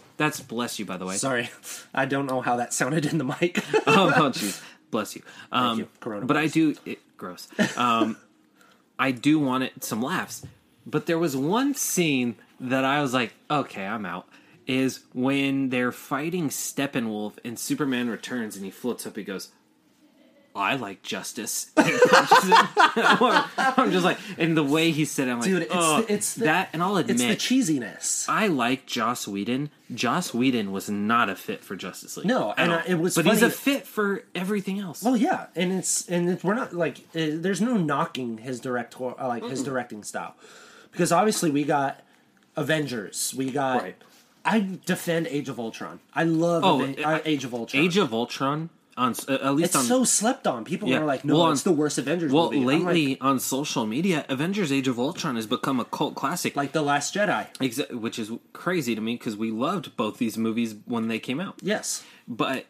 Speaker 2: that's bless you by the way.
Speaker 3: Sorry, I don't know how that sounded in the mic.
Speaker 2: oh, oh, jeez. Bless you. Um,
Speaker 3: you. Coronavirus.
Speaker 2: But I do. It, gross. Um, I do want it some laughs. But there was one scene that I was like, okay, I'm out. Is when they're fighting Steppenwolf and Superman returns and he floats up. He goes, "I like justice." And punches him. I'm just like, and the way he said, it, I'm like,
Speaker 3: Dude, it's the-
Speaker 2: "Ugh,
Speaker 3: it's the-
Speaker 2: that. And I'll admit,
Speaker 3: it's the cheesiness.
Speaker 2: I like Joss Whedon. Joss Whedon was not a fit for Justice League.
Speaker 3: No,
Speaker 2: at
Speaker 3: and
Speaker 2: all.
Speaker 3: I- it was
Speaker 2: But he's
Speaker 3: funny-
Speaker 2: a fit for everything else.
Speaker 3: Oh yeah, and it's and it's, we're not like uh, there's no knocking his director uh, like his directing style, because obviously we got Avengers, we got.
Speaker 2: Right.
Speaker 3: I defend Age of Ultron. I love
Speaker 2: Oh,
Speaker 3: Aven-
Speaker 2: I-
Speaker 3: uh, Age of Ultron.
Speaker 2: Age of Ultron on s- uh, at least
Speaker 3: it's
Speaker 2: on
Speaker 3: so slept on. People
Speaker 2: Yeah.
Speaker 3: are like, "No,
Speaker 2: Well,
Speaker 3: it's
Speaker 2: on-
Speaker 3: the worst Avengers
Speaker 2: well
Speaker 3: movie." I'm like-
Speaker 2: lately on social media. Avengers: Age of Ultron has become a cult classic,
Speaker 3: like the Last Jedi.
Speaker 2: exa- which is crazy to me because we loved both these movies when they came out.
Speaker 3: Yes,
Speaker 2: But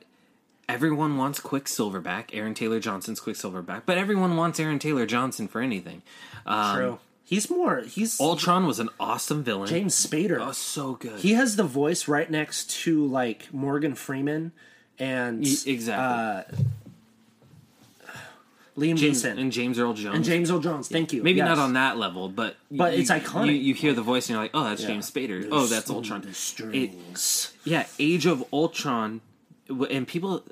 Speaker 2: everyone wants Quicksilver back, Aaron Taylor Johnson's Quicksilver back. But everyone wants Aaron Taylor Johnson for anything. Um,
Speaker 3: true. He's more. He's
Speaker 2: Ultron was an awesome villain.
Speaker 3: James Spader.
Speaker 2: oh, so good.
Speaker 3: he has the voice right next to like Morgan Freeman and uh,
Speaker 2: E- exactly.
Speaker 3: Liam
Speaker 2: James,
Speaker 3: Neeson
Speaker 2: Mm. and James Earl Jones.
Speaker 3: and James Earl Jones. Thank you.
Speaker 2: Maybe
Speaker 3: Yes.
Speaker 2: not on that level, but
Speaker 3: But
Speaker 2: you-
Speaker 3: it's iconic.
Speaker 2: You, you hear the voice and you're like, oh, that's James Spader. oh, that's Ultron.
Speaker 3: The
Speaker 2: It-
Speaker 3: strings.
Speaker 2: yeah, Age of Ultron, w- and people,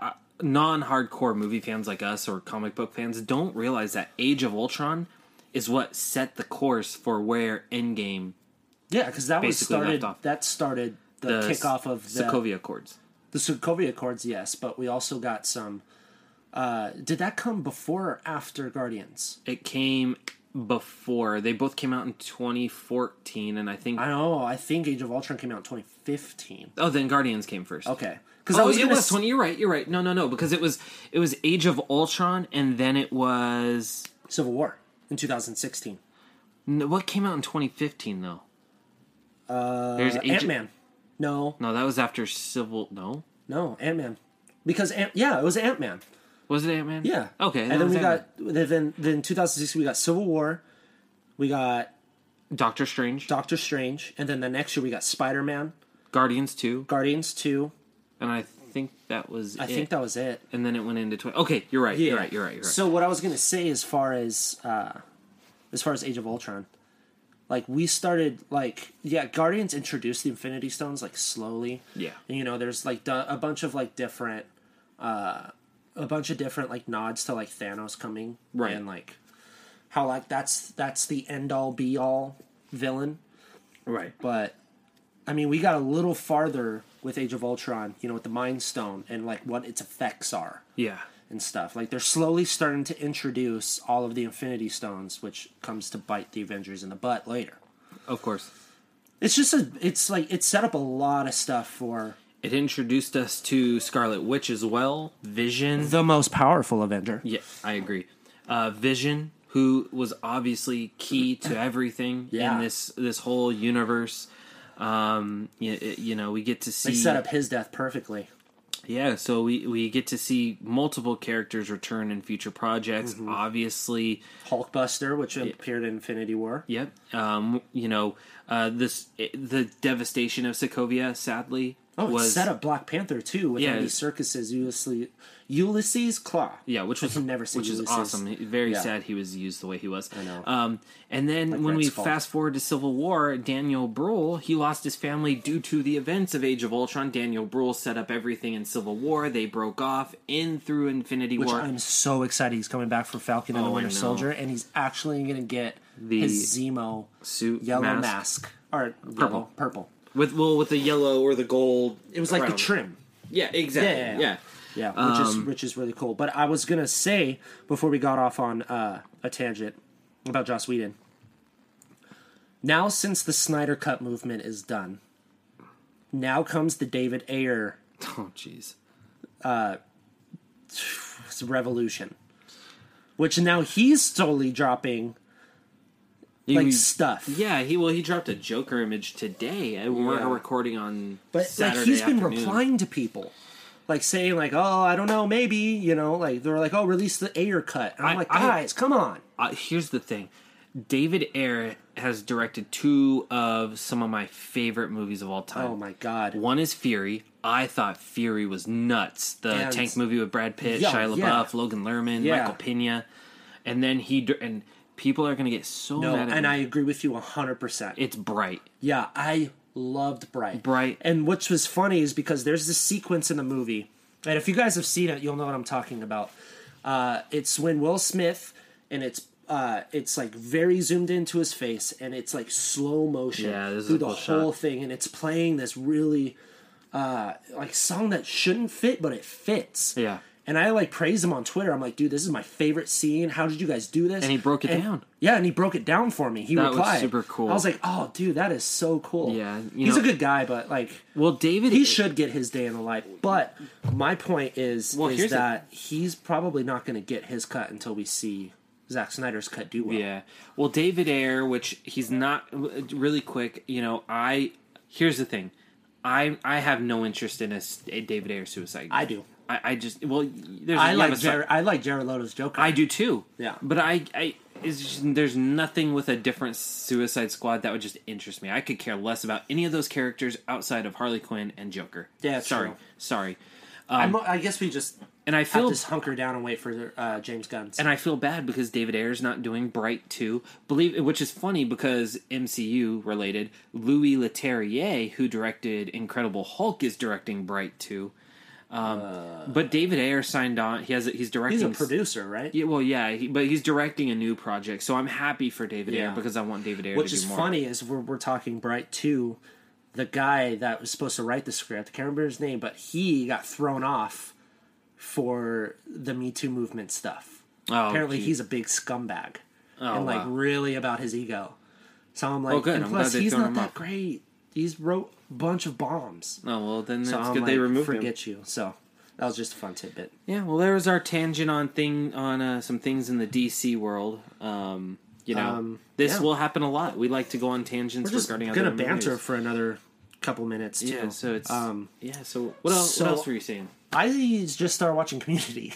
Speaker 2: uh, non-hardcore movie fans like us or comic book fans don't realize that Age of Ultron is what set the course for where Endgame
Speaker 3: yeah, because that was
Speaker 2: basically
Speaker 3: started.
Speaker 2: left off.
Speaker 3: That started the,
Speaker 2: the
Speaker 3: kickoff of the
Speaker 2: Sokovia Accords.
Speaker 3: the Sokovia Accords. Yes, but we also got some. Uh, did that come before or after Guardians?
Speaker 2: It came before they both came out in 2014, and I think
Speaker 3: I know. I think Age of Ultron came out in 2015.
Speaker 2: oh, then Guardians came first.
Speaker 3: Okay, because I
Speaker 2: Oh,
Speaker 3: was
Speaker 2: it
Speaker 3: gonna
Speaker 2: was
Speaker 3: s-
Speaker 2: twenty. You're right. You're right. No, no, no. Because it was it was Age of Ultron, and then it was
Speaker 3: Civil War in 2016.
Speaker 2: n- what came out in 2015 though. Uh, There's Age-
Speaker 3: Ant Man. No,
Speaker 2: No, that was after Civil. No,
Speaker 3: no, Ant Man. Because Ant, yeah, it was Ant Man.
Speaker 2: was it Ant Man?
Speaker 3: Yeah.
Speaker 2: Okay.
Speaker 3: And then we
Speaker 2: got
Speaker 3: got then then 2016 we got Civil War, we got
Speaker 2: Doctor Strange,
Speaker 3: Doctor Strange, and then the next year we got Spider Man,
Speaker 2: Guardians two,
Speaker 3: Guardians Two.
Speaker 2: and I think that was.
Speaker 3: I
Speaker 2: it.
Speaker 3: think that was it.
Speaker 2: And then it went into twenty. Okay, you're right. You're right. You're right. You're right.
Speaker 3: So what I was gonna say, as far as uh, as far as Age of Ultron, like we started like yeah, Guardians introduced the Infinity Stones like slowly.
Speaker 2: Yeah.
Speaker 3: And, you know, there's like du- a bunch of like different, uh, a bunch of different like nods to like Thanos coming,
Speaker 2: Right.
Speaker 3: And like how like that's that's the end all be all villain,
Speaker 2: right.
Speaker 3: but. I mean, we got a little farther with Age of Ultron, you know, with the Mind Stone and like what its effects are
Speaker 2: Yeah.
Speaker 3: and stuff. Like they're slowly starting to introduce all of the Infinity Stones, which comes to bite the Avengers in the butt later.
Speaker 2: Of course.
Speaker 3: It's just a, it's like it set up a lot of stuff for
Speaker 2: It introduced us to Scarlet Witch as well. Vision.
Speaker 3: the most powerful Avenger.
Speaker 2: Yeah, I agree. Uh, Vision, who was obviously key to everything
Speaker 3: Yeah.
Speaker 2: in this this whole universe. Um, you, you know, we get to see
Speaker 3: They set up his death perfectly.
Speaker 2: yeah, so we we get to see multiple characters return in future projects.
Speaker 3: Mm-hmm.
Speaker 2: Obviously,
Speaker 3: Hulkbuster, which appeared in Infinity War.
Speaker 2: yep. Um, you know, uh, this it- the devastation of Sokovia, sadly,
Speaker 3: Oh, it
Speaker 2: was
Speaker 3: set up Black Panther too with
Speaker 2: Yeah.
Speaker 3: Andy Circus's Ulysses, Ulysses Claw.
Speaker 2: Yeah, which was
Speaker 3: can never say
Speaker 2: which is
Speaker 3: Ulysses.
Speaker 2: awesome. Very
Speaker 3: Yeah.
Speaker 2: sad he was used the way he was. I
Speaker 3: know.
Speaker 2: Um, and then when we
Speaker 3: Red's fault.
Speaker 2: fast forward to Civil War, Daniel Bruhl he lost his family due to the events of Age of Ultron. Daniel Bruhl set up everything in Civil War. They broke off in through Infinity
Speaker 3: Which
Speaker 2: War.
Speaker 3: I'm so excited he's coming back for Falcon and
Speaker 2: Oh,
Speaker 3: the
Speaker 2: I
Speaker 3: Winter
Speaker 2: know.
Speaker 3: Soldier, and he's actually going to get
Speaker 2: The
Speaker 3: his Zemo
Speaker 2: suit
Speaker 3: yellow
Speaker 2: mask.
Speaker 3: mask. or purple, yellow, purple.
Speaker 2: with well with the yellow or the gold.
Speaker 3: It was like the
Speaker 2: crown.
Speaker 3: trim.
Speaker 2: Yeah, exactly. Yeah.
Speaker 3: Yeah, yeah, yeah. Yeah, which is
Speaker 2: Um,
Speaker 3: which is really cool. But I was gonna say before we got off on uh, a tangent about Joss Whedon. Now, since the Snyder Cut movement is done, now comes the David Ayer
Speaker 2: Oh jeez.
Speaker 3: revolution, which now he's slowly dropping
Speaker 2: He-
Speaker 3: like stuff.
Speaker 2: yeah, he well he dropped a Joker image today. and We're
Speaker 3: Yeah.
Speaker 2: recording on
Speaker 3: but
Speaker 2: Saturday
Speaker 3: like he's been
Speaker 2: afternoon.
Speaker 3: replying to people. like saying like, "Oh, I don't know, maybe," you know, like they're like, "Oh, release the Ayer cut." And I'm
Speaker 2: I-
Speaker 3: like,
Speaker 2: I-
Speaker 3: "Guys, come on."
Speaker 2: uh, here's the thing david Ayer has directed two of some of my favorite movies of all time
Speaker 3: Oh my god.
Speaker 2: one is fury i thought fury was nuts the
Speaker 3: And-
Speaker 2: tank movie with brad pitt
Speaker 3: Yeah,
Speaker 2: shia labeouf
Speaker 3: yeah.
Speaker 2: logan lerman
Speaker 3: Yeah.
Speaker 2: michael pena and then he dir- and people are gonna get so
Speaker 3: No,
Speaker 2: mad at
Speaker 3: and
Speaker 2: me
Speaker 3: I agree with you 100%.
Speaker 2: it's bright
Speaker 3: Yeah, I loved Bright.
Speaker 2: Bright.
Speaker 3: And which was funny is because there's this sequence in the movie, and if you guys have seen it, you'll know what I'm talking about. Uh, it's when Will Smith, and it's uh, it's like very zoomed into his face, and it's like slow motion
Speaker 2: Yeah, this is
Speaker 3: through
Speaker 2: a
Speaker 3: the
Speaker 2: cool
Speaker 3: whole thing, and it's playing this really uh, like song that shouldn't fit, but it fits.
Speaker 2: Yeah.
Speaker 3: And I like praise him on Twitter. I'm like, dude, this is my favorite scene. How did you guys do this?
Speaker 2: And he broke it down.
Speaker 3: Yeah, and he broke it down for me. He
Speaker 2: That was
Speaker 3: replied.
Speaker 2: super cool.
Speaker 3: I was like, oh, dude, that is so cool.
Speaker 2: Yeah, you
Speaker 3: he's
Speaker 2: know-
Speaker 3: a good guy, but like,
Speaker 2: well david
Speaker 3: he should get his day in the light. But my point is,
Speaker 2: Well, here's
Speaker 3: is
Speaker 2: the-
Speaker 3: that he's probably not going to get his cut until we see Zack Snyder's cut do well.
Speaker 2: Yeah. Well, David Ayer, which he's not really quick, you know, I here's the thing. I I have no interest in a, s- a David Ayer suicide.
Speaker 3: I do.
Speaker 2: I, I just well there's
Speaker 3: I
Speaker 2: you
Speaker 3: like
Speaker 2: have a si-
Speaker 3: Jar- I like Jared Leto's Joker.
Speaker 2: I do too.
Speaker 3: Yeah.
Speaker 2: But I I it's just, there's nothing with a different Suicide Squad that would just interest me. I could care less about any of those characters outside of Harley Quinn and Joker.
Speaker 3: Yeah,
Speaker 2: sorry,
Speaker 3: true.
Speaker 2: sorry.
Speaker 3: I'm- I guess we just
Speaker 2: And I
Speaker 3: have
Speaker 2: feel
Speaker 3: to just hunker down and wait for uh, James Gunn's.
Speaker 2: and I feel bad because David Ayer's not doing Bright 2. Believe which is funny because MCU related, Louis Leterrier, who directed Incredible Hulk, is directing Bright 2. Um, but David Ayer signed on. He has a, he's directing
Speaker 3: Uh. he's a producer, right?
Speaker 2: Yeah, well, yeah, he, but he's directing a new project, so I'm happy for David Ayer
Speaker 3: Yeah.
Speaker 2: because I want David Ayer
Speaker 3: Which
Speaker 2: to
Speaker 3: is
Speaker 2: do more.
Speaker 3: funny is we're, we're talking Bright 2, the guy that was supposed to write the script, can't remember his name, but he got thrown off for the Me Too movement stuff.
Speaker 2: Oh,
Speaker 3: Apparently
Speaker 2: gee. Oh,
Speaker 3: he's a big scumbag. and like
Speaker 2: wow.
Speaker 3: really about his ego. So I'm like,
Speaker 2: good.
Speaker 3: and
Speaker 2: I'm glad
Speaker 3: plus
Speaker 2: they
Speaker 3: he's
Speaker 2: thrown
Speaker 3: not
Speaker 2: him
Speaker 3: that
Speaker 2: off.
Speaker 3: great. He's wrote a bunch of bombs.
Speaker 2: Oh well, then that's
Speaker 3: So I'm
Speaker 2: good
Speaker 3: like,
Speaker 2: they removed him.
Speaker 3: forget you. So that was just a fun tidbit.
Speaker 2: Yeah, well, there was our tangent on thing on uh, some things in the DC world. Um, you know,
Speaker 3: Um,
Speaker 2: this
Speaker 3: yeah.
Speaker 2: will happen a lot. We like to go on tangents
Speaker 3: We're just
Speaker 2: regarding
Speaker 3: gonna
Speaker 2: other
Speaker 3: banter
Speaker 2: movies.
Speaker 3: for another couple minutes too.
Speaker 2: Yeah, so it's
Speaker 3: um,
Speaker 2: yeah. So what else?
Speaker 3: so-
Speaker 2: what else were you saying?
Speaker 3: I just started watching Community,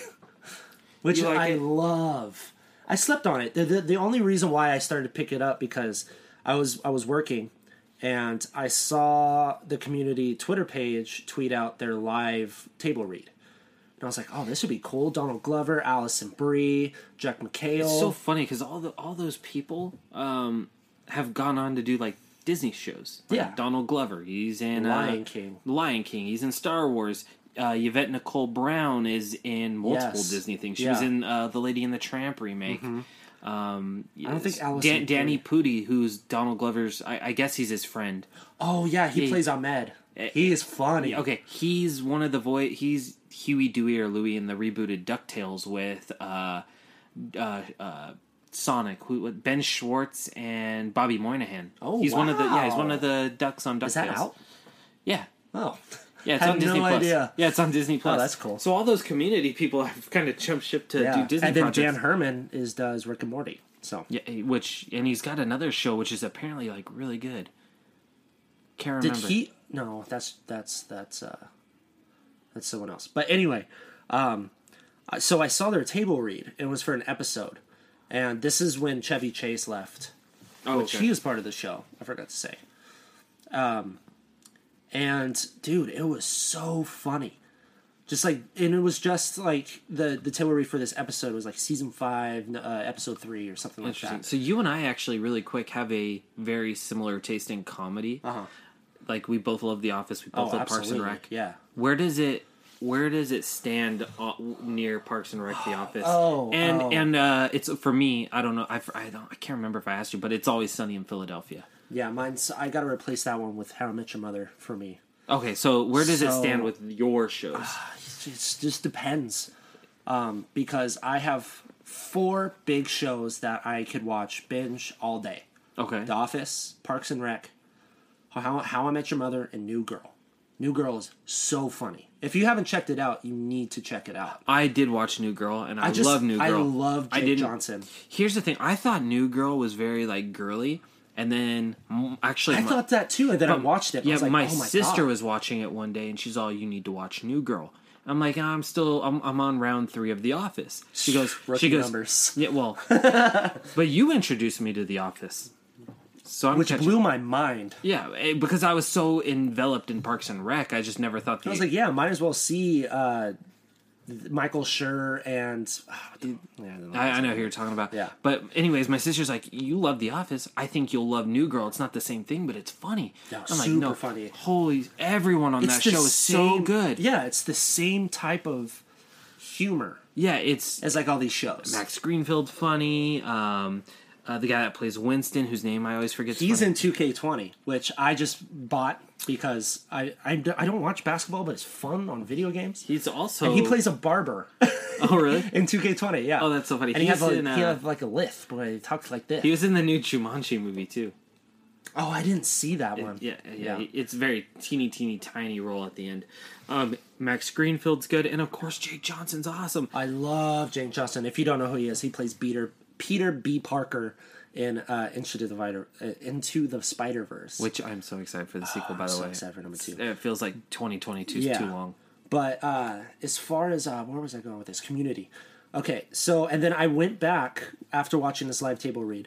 Speaker 3: which
Speaker 2: You like
Speaker 3: I
Speaker 2: it?
Speaker 3: love. I slept on it. The, the The only reason why I started to pick it up because I was I was working, and I saw the Community Twitter page tweet out their live table read, and I was like, "Oh, this would be cool." Donald Glover, Allison Brie, Jack McHale.
Speaker 2: It's so funny because all the all those people um, have gone on to do like Disney shows. Like
Speaker 3: Yeah.
Speaker 2: Donald Glover, he's in uh,
Speaker 3: Lion King.
Speaker 2: Lion King, he's in Star Wars. Uh, Yvette Nicole Brown is in multiple
Speaker 3: Yes.
Speaker 2: Disney things. She
Speaker 3: Yeah.
Speaker 2: was
Speaker 3: Mm-hmm.
Speaker 2: in uh, the Lady and the Tramp remake. Um, I
Speaker 3: don't think Allison Brie-
Speaker 2: Danny Pudi, who's Donald Glover's, I, I guess he's his friend.
Speaker 3: oh yeah, he plays Ahmed. He is funny.
Speaker 2: Eh, Okay, he's one of the voice. He's Huey, Dewey, or Louie in the rebooted Ducktales with uh, uh, uh, Sonic, who, with Ben Schwartz and Bobby Moynihan.
Speaker 3: Oh,
Speaker 2: he's one of the yeah, he's
Speaker 3: wow.
Speaker 2: one of the ducks on Ducktales.
Speaker 3: Is that out?
Speaker 2: Yeah.
Speaker 3: Oh,
Speaker 2: Yeah, it's
Speaker 3: Had
Speaker 2: on Disney
Speaker 3: no
Speaker 2: Plus.
Speaker 3: idea. Oh,
Speaker 2: Yeah, it's on Disney Plus.
Speaker 3: that's cool.
Speaker 2: So all those community people have kind of jumped ship to
Speaker 3: yeah.
Speaker 2: do Disney
Speaker 3: and then
Speaker 2: projects.
Speaker 3: Dan Herman is does Rick and Morty. So
Speaker 2: yeah, eh, which and he's got another show which is apparently like really good. Can't
Speaker 3: Did
Speaker 2: remember.
Speaker 3: he? No, that's that's that's uh, that's someone else. But anyway, um, I- so I saw their table read. It was for an episode, and this is when Chevy Chase left,
Speaker 2: Oh,
Speaker 3: which
Speaker 2: okay.
Speaker 3: he was part of the show. I forgot to say. Um, and dude, it was so funny. Just like, and it was just like the the table read for this episode was like season five, uh, episode three, or something like
Speaker 2: Interesting.
Speaker 3: that.
Speaker 2: So you and I actually really quick have a very similar taste in comedy. Uh-huh. Like we both love The Office. We
Speaker 3: Oh,
Speaker 2: both love Parks and
Speaker 3: absolutely.
Speaker 2: Rec.
Speaker 3: Yeah.
Speaker 2: Where does it? Where does it stand o- near Parks and Rec, The Office?
Speaker 3: Oh,
Speaker 2: and
Speaker 3: oh.
Speaker 2: and uh, it's for me. I don't know. I, I don't. I can't remember if I asked you, but it's always sunny in Philadelphia.
Speaker 3: Yeah, mine's. I gotta replace that one with How I Met Your Mother for me.
Speaker 2: Okay, so where does it
Speaker 3: So-
Speaker 2: stand with your shows?
Speaker 3: it just depends um, because i have four big shows that i could watch binge all day
Speaker 2: Okay,
Speaker 3: the office parks and rec how, how i met your mother and new girl new girl is so funny if you haven't checked it out you need to check it out
Speaker 2: I did watch New Girl, and I,
Speaker 3: just-
Speaker 2: love New Girl.
Speaker 3: I love Jake
Speaker 2: didn't-
Speaker 3: Johnson.
Speaker 2: Here's the thing: I thought New Girl was very like girly, and then mm, actually,
Speaker 3: i
Speaker 2: my-
Speaker 3: thought that too and then i watched it and I
Speaker 2: Yeah,
Speaker 3: was like,
Speaker 2: my
Speaker 3: "Oh
Speaker 2: sister
Speaker 3: God."
Speaker 2: was watching it one day, and she's all, "You need to watch New Girl." And I'm like, "Ah, I'm still, I'm, I'm on round three of The Office. She goes, she
Speaker 3: Rookie
Speaker 2: goes,
Speaker 3: numbers.
Speaker 2: yeah, well, but you introduced me to The Office, so I'm
Speaker 3: Which
Speaker 2: catching-
Speaker 3: blew my mind.
Speaker 2: Yeah, eh, because I was so enveloped in Parks and Rec, I just never thought the
Speaker 3: I was like, yeah, might as well see uh, th- Michael Schur and. ah, what the- yeah, I don't know.
Speaker 2: I, I know who you're talking about.
Speaker 3: Yeah.
Speaker 2: But anyways, my sister's like, "You love The Office. I think you'll love New Girl. It's not the same thing, but it's funny."
Speaker 3: Yeah,
Speaker 2: I'm like,
Speaker 3: super
Speaker 2: "No,
Speaker 3: funny."
Speaker 2: Holy, everyone on that
Speaker 3: the
Speaker 2: show is so
Speaker 3: same-
Speaker 2: good.
Speaker 3: Yeah, it's the same type of humor
Speaker 2: yeah, it's
Speaker 3: as like all these shows.
Speaker 2: Max Greenfield funny. Um, uh, the guy that plays Winston, whose name I always forget. is
Speaker 3: He's
Speaker 2: funny.
Speaker 3: in 2K20, which I just bought because I, I, d- I don't watch basketball, but it's fun on video games.
Speaker 2: He's also
Speaker 3: He plays a barber
Speaker 2: Oh, really?
Speaker 3: in 2K20, yeah.
Speaker 2: Oh, that's so funny.
Speaker 3: And he,
Speaker 2: He's
Speaker 3: has a,
Speaker 2: in, uh,
Speaker 3: he had like a lisp where he talks like this.
Speaker 2: He was in the new Jumanji movie too.
Speaker 3: oh, I didn't see that one.
Speaker 2: Yeah, Um, yeah, It's very teeny, teeny, tiny role at the end. Um, Max Greenfield's good, and of course Jake Johnson's awesome.
Speaker 3: I love Jake Johnson. If you don't know who he is, he plays Peter Peter B. Parker in uh, Into the Divider, uh, Into the Spider Verse.
Speaker 2: Which Ah, I'm so excited for the sequel. by the
Speaker 3: so
Speaker 2: way,
Speaker 3: excited for number two.
Speaker 2: It feels like 2022 is
Speaker 3: Yeah.
Speaker 2: too long.
Speaker 3: But uh, as far as uh, where was I going with this community? Okay, so and then I went back after watching this live table read,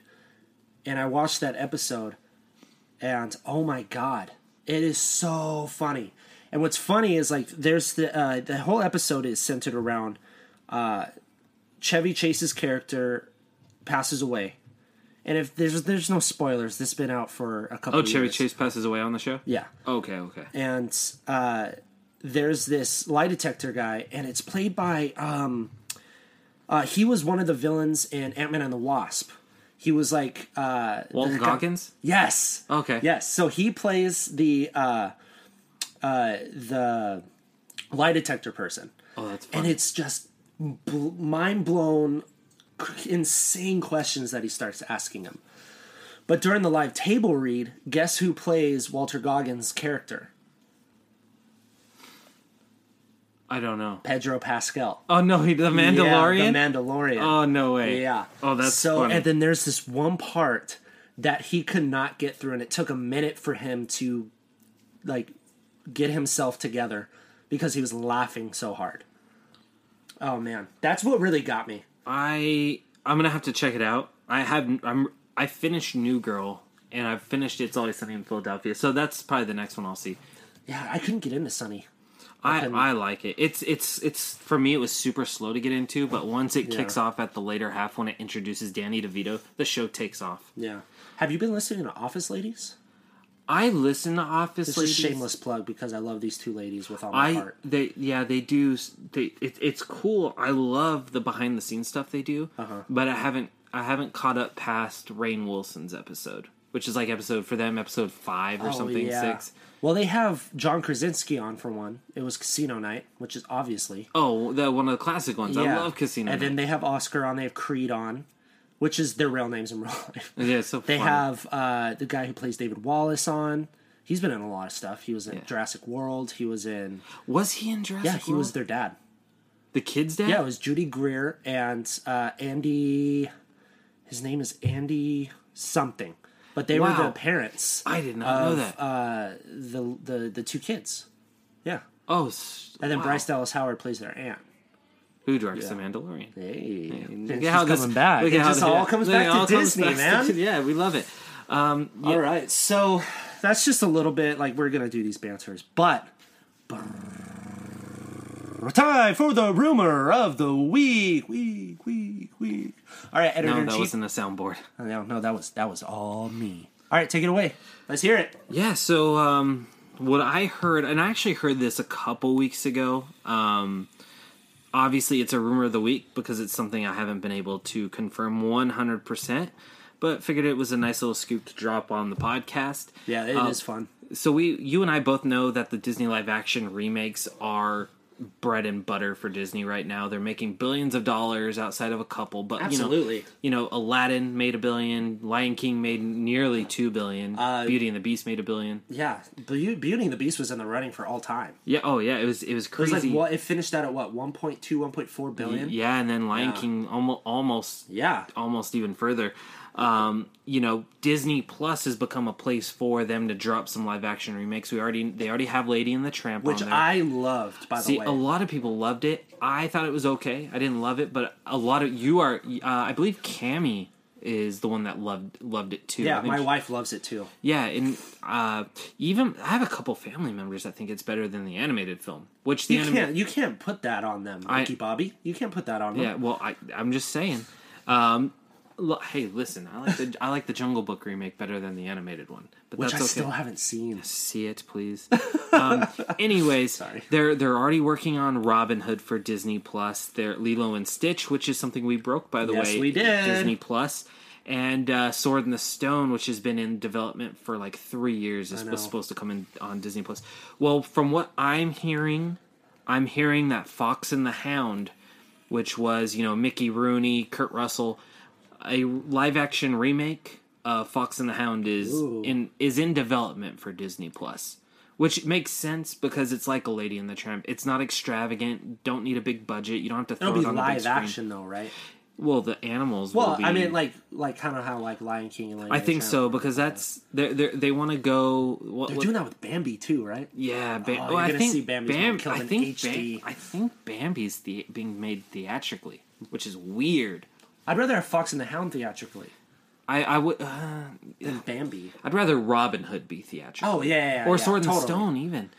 Speaker 3: and I watched that episode, and oh my god, it is so funny. And what's funny is like there's the uh, the whole episode is centered around uh, Chevy Chase's character passes away, and if there's there's no spoilers, this has been out for a couple.
Speaker 2: Oh, Chevy
Speaker 3: years.
Speaker 2: Chase passes away on the show.
Speaker 3: Yeah
Speaker 2: Okay, okay.
Speaker 3: and uh, there's this lie detector guy, and it's played by um, uh, he was one of the villains in Ant Man and the Wasp. He was like uh,
Speaker 2: Walton
Speaker 3: the guy-
Speaker 2: Goggins.
Speaker 3: Yes.
Speaker 2: Okay.
Speaker 3: Yes. So he plays the uh, uh, the lie detector person,
Speaker 2: Oh, that's
Speaker 3: and
Speaker 2: funny.
Speaker 3: it's just bl- mind blown, c- insane questions that he starts asking him. But during the live table read, guess who plays Walter Goggins' character?
Speaker 2: I don't know.
Speaker 3: Pedro Pascal.
Speaker 2: Oh no, he the Mandalorian.
Speaker 3: Yeah, the Mandalorian.
Speaker 2: oh no way.
Speaker 3: yeah.
Speaker 2: Oh, that's
Speaker 3: so.
Speaker 2: funny.
Speaker 3: And then there's this one part that he could not get through, and it took a minute for him to, like, get himself together because he was laughing so hard. Oh man, that's what really got me.
Speaker 2: I I'm gonna have to check it out. I have I'm I finished New Girl and I've finished It's Always Sunny in Philadelphia, so that's probably the next one I'll see.
Speaker 3: Yeah, I couldn't get into Sunny.
Speaker 2: I, I like it. It's it's it's for me. It was super slow to get into, but once it kicks off at the later half when it introduces Danny DeVito, the show takes off.
Speaker 3: Yeah. Have you been listening to Office Ladies?
Speaker 2: I listen to Office
Speaker 3: This
Speaker 2: Ladies.
Speaker 3: is a shameless plug because I love these two ladies with all my
Speaker 2: I
Speaker 3: heart.
Speaker 2: they yeah they do s- they it, it's cool. I love the behind the scenes stuff they do,
Speaker 3: Uh-huh.
Speaker 2: but I haven't I haven't caught up past Rain Wilson's episode, which is like episode for them episode five or
Speaker 3: Oh,
Speaker 2: something
Speaker 3: yeah.
Speaker 2: six.
Speaker 3: Well, they have John Krasinski on for one. It was Casino Night, which is obviously
Speaker 2: Oh, the one of the classic ones. I love Casino.
Speaker 3: And then
Speaker 2: Night.
Speaker 3: they have Oscar on. They have Creed on, which is their real names in real life.
Speaker 2: yeah, it's so
Speaker 3: They
Speaker 2: funny.
Speaker 3: have uh, the guy who plays David Wallace on. He's been in a lot of stuff. He was in Jurassic World. He was in
Speaker 2: was he in Jurassic?
Speaker 3: yeah. He was
Speaker 2: the,
Speaker 3: their dad.
Speaker 2: the kid's dad.
Speaker 3: Yeah, it was Judy Greer and uh, Andy. His name is Andy something, but they were
Speaker 2: Wow.
Speaker 3: the parents.
Speaker 2: I did not know
Speaker 3: of,
Speaker 2: that.
Speaker 3: Uh, the the the two kids. Yeah,
Speaker 2: oh, s-
Speaker 3: and then
Speaker 2: wow.
Speaker 3: Bryce Dallas Howard plays their aunt.
Speaker 2: who directs The Mandalorian?
Speaker 3: Hey,
Speaker 2: Look
Speaker 3: she's
Speaker 2: at how
Speaker 3: coming
Speaker 2: this-
Speaker 3: back.
Speaker 2: look
Speaker 3: It
Speaker 2: at how
Speaker 3: just
Speaker 2: the-
Speaker 3: all comes
Speaker 2: look, it
Speaker 3: back to
Speaker 2: all comes
Speaker 3: Disney,
Speaker 2: back to-
Speaker 3: man.
Speaker 2: yeah, we love it. Um, yeah,
Speaker 3: All right, so that's just a little bit like we're gonna do these banters, but time for the rumor of the week, week, week, week. All right, editor
Speaker 2: no,
Speaker 3: in
Speaker 2: that
Speaker 3: chief.
Speaker 2: wasn't a soundboard.
Speaker 3: Oh, no, no, that was that was all me. All right, take it away. Let's hear it.
Speaker 2: Yeah, so um, what I heard, and I actually heard this a couple weeks ago. Um, obviously, it's a rumor of the week because it's something I haven't been able to confirm 100%, but figured it was a nice little scoop to drop on the podcast.
Speaker 3: Yeah, it is
Speaker 2: Um,
Speaker 3: fun.
Speaker 2: So, we, you and I both know that the Disney live action remakes are bread and butter for Disney right now. They're making billions of dollars outside of a couple, but you
Speaker 3: Absolutely.
Speaker 2: know, you know, Aladdin made a billion, Lion King made nearly 2 billion,
Speaker 3: Uh,
Speaker 2: Beauty and the Beast made a billion.
Speaker 3: Yeah, Beau- Beauty and the Beast was in the running for all time.
Speaker 2: Yeah. Oh, yeah. It was. It was
Speaker 3: It was
Speaker 2: crazy.
Speaker 3: like what it finished out at what 1.2, 1.4 billion.
Speaker 2: yeah, and then Lion King almost, almost,
Speaker 3: yeah.
Speaker 2: almost even further. Um, you know, Disney Plus has become a place for them to drop some live action remakes. We already they already have Lady and the Tramp,
Speaker 3: which
Speaker 2: on there.
Speaker 3: I loved. By
Speaker 2: See,
Speaker 3: the way,
Speaker 2: a lot of people loved it. I thought it was okay. I didn't love it, but a lot of you are. Uh, I believe Cammy is the one that loved loved it too. I
Speaker 3: yeah,
Speaker 2: think
Speaker 3: my
Speaker 2: she-
Speaker 3: wife loves it too.
Speaker 2: Yeah, and uh, even I have a couple family members that think it's better than the animated film. Which the
Speaker 3: You
Speaker 2: animated
Speaker 3: can't you can't put that on them, Ricky Bobby. You can't put that on them.
Speaker 2: Yeah, well, I I'm just saying. Um, lo- hey, listen, I like the I like the Jungle Book remake better than the animated one, but
Speaker 3: which I
Speaker 2: that's okay.
Speaker 3: still haven't seen.
Speaker 2: See it, please. um, anyways, they're they're already working on Robin Hood for Disney Plus. They're Lilo and Stitch, which is something we broke by the
Speaker 3: Yes,
Speaker 2: way.
Speaker 3: we did.
Speaker 2: Disney Plus. And uh, Sword in the Stone, which has been in development for like three years, is was supposed to come in on Disney Plus. Well, from what I'm hearing, I'm hearing that Fox and the Hound, which was you know Mickey Rooney, Kurt Russell, a live action remake of Fox and the Hound is in is in development for Disney Plus, which makes sense because it's like a Lady and the Tramp. It's not extravagant. Don't need a big budget. You don't have to throw
Speaker 3: It'll be
Speaker 2: it on the big
Speaker 3: live
Speaker 2: screen.
Speaker 3: action though, right?
Speaker 2: Well, the animals.
Speaker 3: Well,
Speaker 2: will be,
Speaker 3: I mean, like like kind of how like Lion King and like
Speaker 2: I think so because that's they're, they're, they want to go. What,
Speaker 3: they're
Speaker 2: what-
Speaker 3: doing that with Bambi too, right?
Speaker 2: Yeah, Bam-
Speaker 3: you're
Speaker 2: well, I
Speaker 3: gonna
Speaker 2: think
Speaker 3: see Bambi's gonna
Speaker 2: Bam-
Speaker 3: kill
Speaker 2: I
Speaker 3: him in
Speaker 2: think
Speaker 3: HD.
Speaker 2: Bam- I think Bambi's the- being made theatrically, which is weird.
Speaker 3: I'd rather have Fox and the Hound theatrically
Speaker 2: I, I would uh,
Speaker 3: than Bambi.
Speaker 2: I'd rather Robin Hood be theatrical.
Speaker 3: Oh, yeah, yeah, yeah,
Speaker 2: or
Speaker 3: yeah,
Speaker 2: Sword and
Speaker 3: totally.
Speaker 2: Stone even.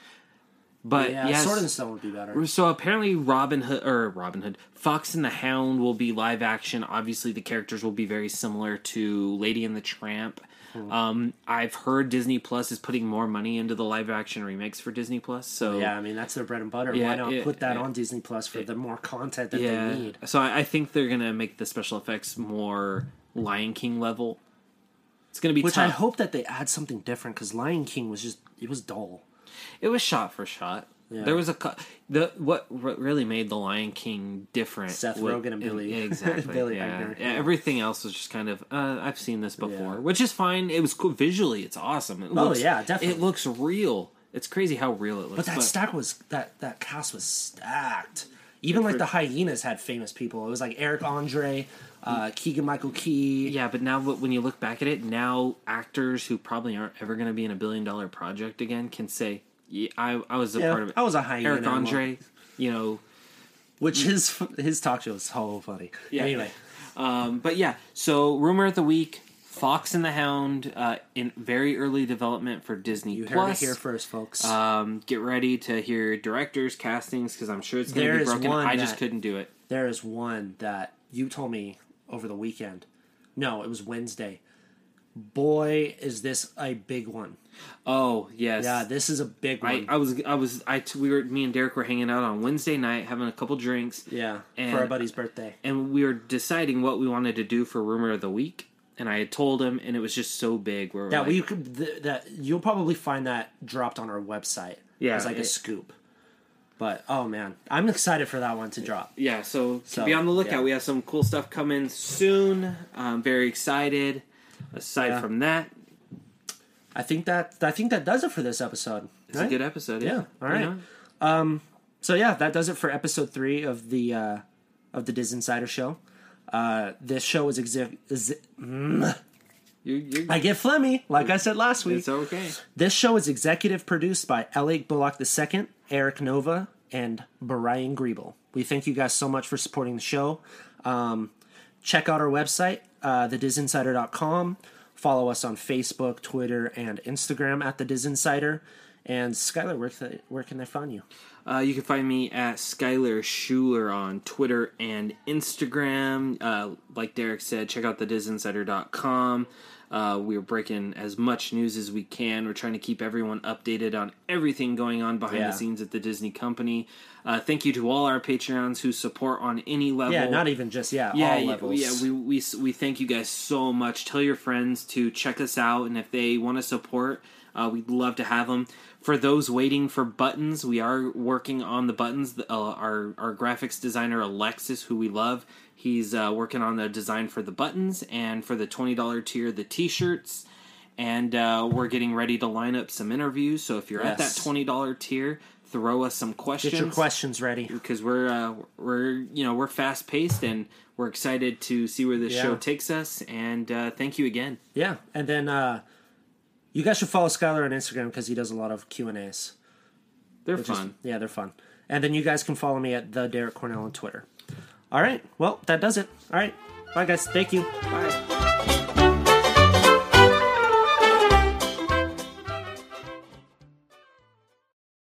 Speaker 2: But
Speaker 3: Yeah,
Speaker 2: yes,
Speaker 3: Sword and Stone would be better.
Speaker 2: so apparently Robin Hood or Robin Hood, Fox and the Hound will be live action. Obviously, the characters will be very similar to Lady and the Tramp.
Speaker 3: Hmm.
Speaker 2: Um, I've heard Disney Plus is putting more money into the live action remakes for Disney Plus. So
Speaker 3: Yeah, I mean that's their bread and butter.
Speaker 2: Yeah,
Speaker 3: Why not
Speaker 2: yeah,
Speaker 3: put that
Speaker 2: yeah.
Speaker 3: on Disney Plus for the more content that
Speaker 2: yeah.
Speaker 3: they need?
Speaker 2: So I, I think they're gonna make the special effects more Lion King level. It's gonna be
Speaker 3: Which
Speaker 2: tough.
Speaker 3: I hope that they add something different because Lion King was just it was dull.
Speaker 2: It was shot for shot.
Speaker 3: Yeah.
Speaker 2: There was a cou- the what what really made the Lion King different.
Speaker 3: Seth
Speaker 2: wa-
Speaker 3: Rogen and Billy-
Speaker 2: yeah, exactly.
Speaker 3: Billy
Speaker 2: yeah.
Speaker 3: Eichner.
Speaker 2: Yeah, Everything else was just kind of uh, I've seen this before,
Speaker 3: Yeah. Oh,
Speaker 2: which is fine. It was cool visually. It's awesome. It looks,
Speaker 3: yeah, definitely.
Speaker 2: It looks real. It's crazy how real it looks.
Speaker 3: But that stack was that that cast was stacked. Even like the hyenas had famous people. It was like Eric Andre, uh, Keegan Michael Key.
Speaker 2: Mm. yeah, but now wh- when you look back at it, now actors who probably aren't ever going to be in a billion dollar project again can say, yeah, I, I was a
Speaker 3: Yeah,
Speaker 2: part of it.
Speaker 3: I was a hyena.
Speaker 2: Eric Andre, you know,
Speaker 3: which his his talk show is so funny.
Speaker 2: Yeah.
Speaker 3: Anyway,
Speaker 2: Um, but yeah, so rumor of the week: Fox and the Hound uh, in very early development for Disney
Speaker 3: you heard
Speaker 2: Plus.
Speaker 3: it here first, folks.
Speaker 2: um, get ready to hear directors castings because I'm sure it's going to
Speaker 3: There
Speaker 2: be
Speaker 3: is
Speaker 2: broken.
Speaker 3: one
Speaker 2: I just
Speaker 3: that-
Speaker 2: couldn't do it.
Speaker 3: there is one that you told me over the weekend. No, it was Wednesday. Boy, is this a big one.
Speaker 2: Oh yes,
Speaker 3: Yeah, this is a big
Speaker 2: I,
Speaker 3: one.
Speaker 2: I was I was I t- we were me and Derek were hanging out on Wednesday night having a couple drinks.
Speaker 3: yeah,
Speaker 2: and-
Speaker 3: for our buddy's birthday.
Speaker 2: and we were deciding what we wanted to do for rumor of the week. And I had told him, and it was just so big. Where we're
Speaker 3: Yeah,
Speaker 2: like,
Speaker 3: we could th- that you'll probably find that dropped on our website.
Speaker 2: Yeah,
Speaker 3: as like a
Speaker 2: it-
Speaker 3: scoop. But oh man, I'm excited for that one to drop.
Speaker 2: yeah so,
Speaker 3: So,
Speaker 2: be on the lookout
Speaker 3: yeah.
Speaker 2: we have some cool stuff coming soon i'm very excited aside
Speaker 3: Yeah.
Speaker 2: from that
Speaker 3: I think that I think that does it for this episode.
Speaker 2: it's a
Speaker 3: right?
Speaker 2: good episode
Speaker 3: Yeah, all right.
Speaker 2: You know?
Speaker 3: So yeah, that does it for episode three of the uh, of the Diz Insider Show. Uh, this show is, exi- is
Speaker 2: you, you,
Speaker 3: I get phlegmy, like I said last week.
Speaker 2: it's okay
Speaker 3: This show is executive produced by Alec Bullock II, Eric Nova, and Brian Griebel. We thank you guys so much for supporting the show. Um, check out our website, uh, thedisinsider.com. Follow us on Facebook, Twitter, and Instagram at The Diz Insider. And Skylar, where, can- where can they find you?
Speaker 2: uh, you can find me at skylar schuler on twitter and instagram uh, like derek said check out thedisinsider.com uh, we're breaking as much news as we can. We're trying to keep everyone updated on everything going on behind
Speaker 3: Yeah.
Speaker 2: the scenes at the Disney company. Uh, thank you to all our Patreons who support on any level.
Speaker 3: Yeah, not even just, yeah,
Speaker 2: yeah,
Speaker 3: all
Speaker 2: yeah,
Speaker 3: levels.
Speaker 2: yeah. We, we we thank you guys so much. Tell your friends to check us out, and if they want to support, uh, we'd love to have them. For those waiting for buttons, we are working on the buttons. The- Uh, our our graphics designer Alexis, who we love, he's uh, working on the design for the buttons and for the twenty dollar tier, the t shirts. And uh, we're getting ready to line up some interviews. So if you're at
Speaker 3: Yes.
Speaker 2: that twenty dollar tier, throw us some questions.
Speaker 3: Get your questions ready.
Speaker 2: because we're uh, we're you know we're fast paced and we're excited to see where this
Speaker 3: Yeah.
Speaker 2: show takes us. And uh, thank you again.
Speaker 3: Yeah, and then uh, you guys should follow Skylar on Instagram because he does a lot of Q and A's.
Speaker 2: They're
Speaker 3: Just-
Speaker 2: fun.
Speaker 3: yeah, they're fun. And then you guys can follow me at the Derek Cornell on Twitter. All right. Well, that does it. All right. Bye, guys. Thank you.
Speaker 2: Bye.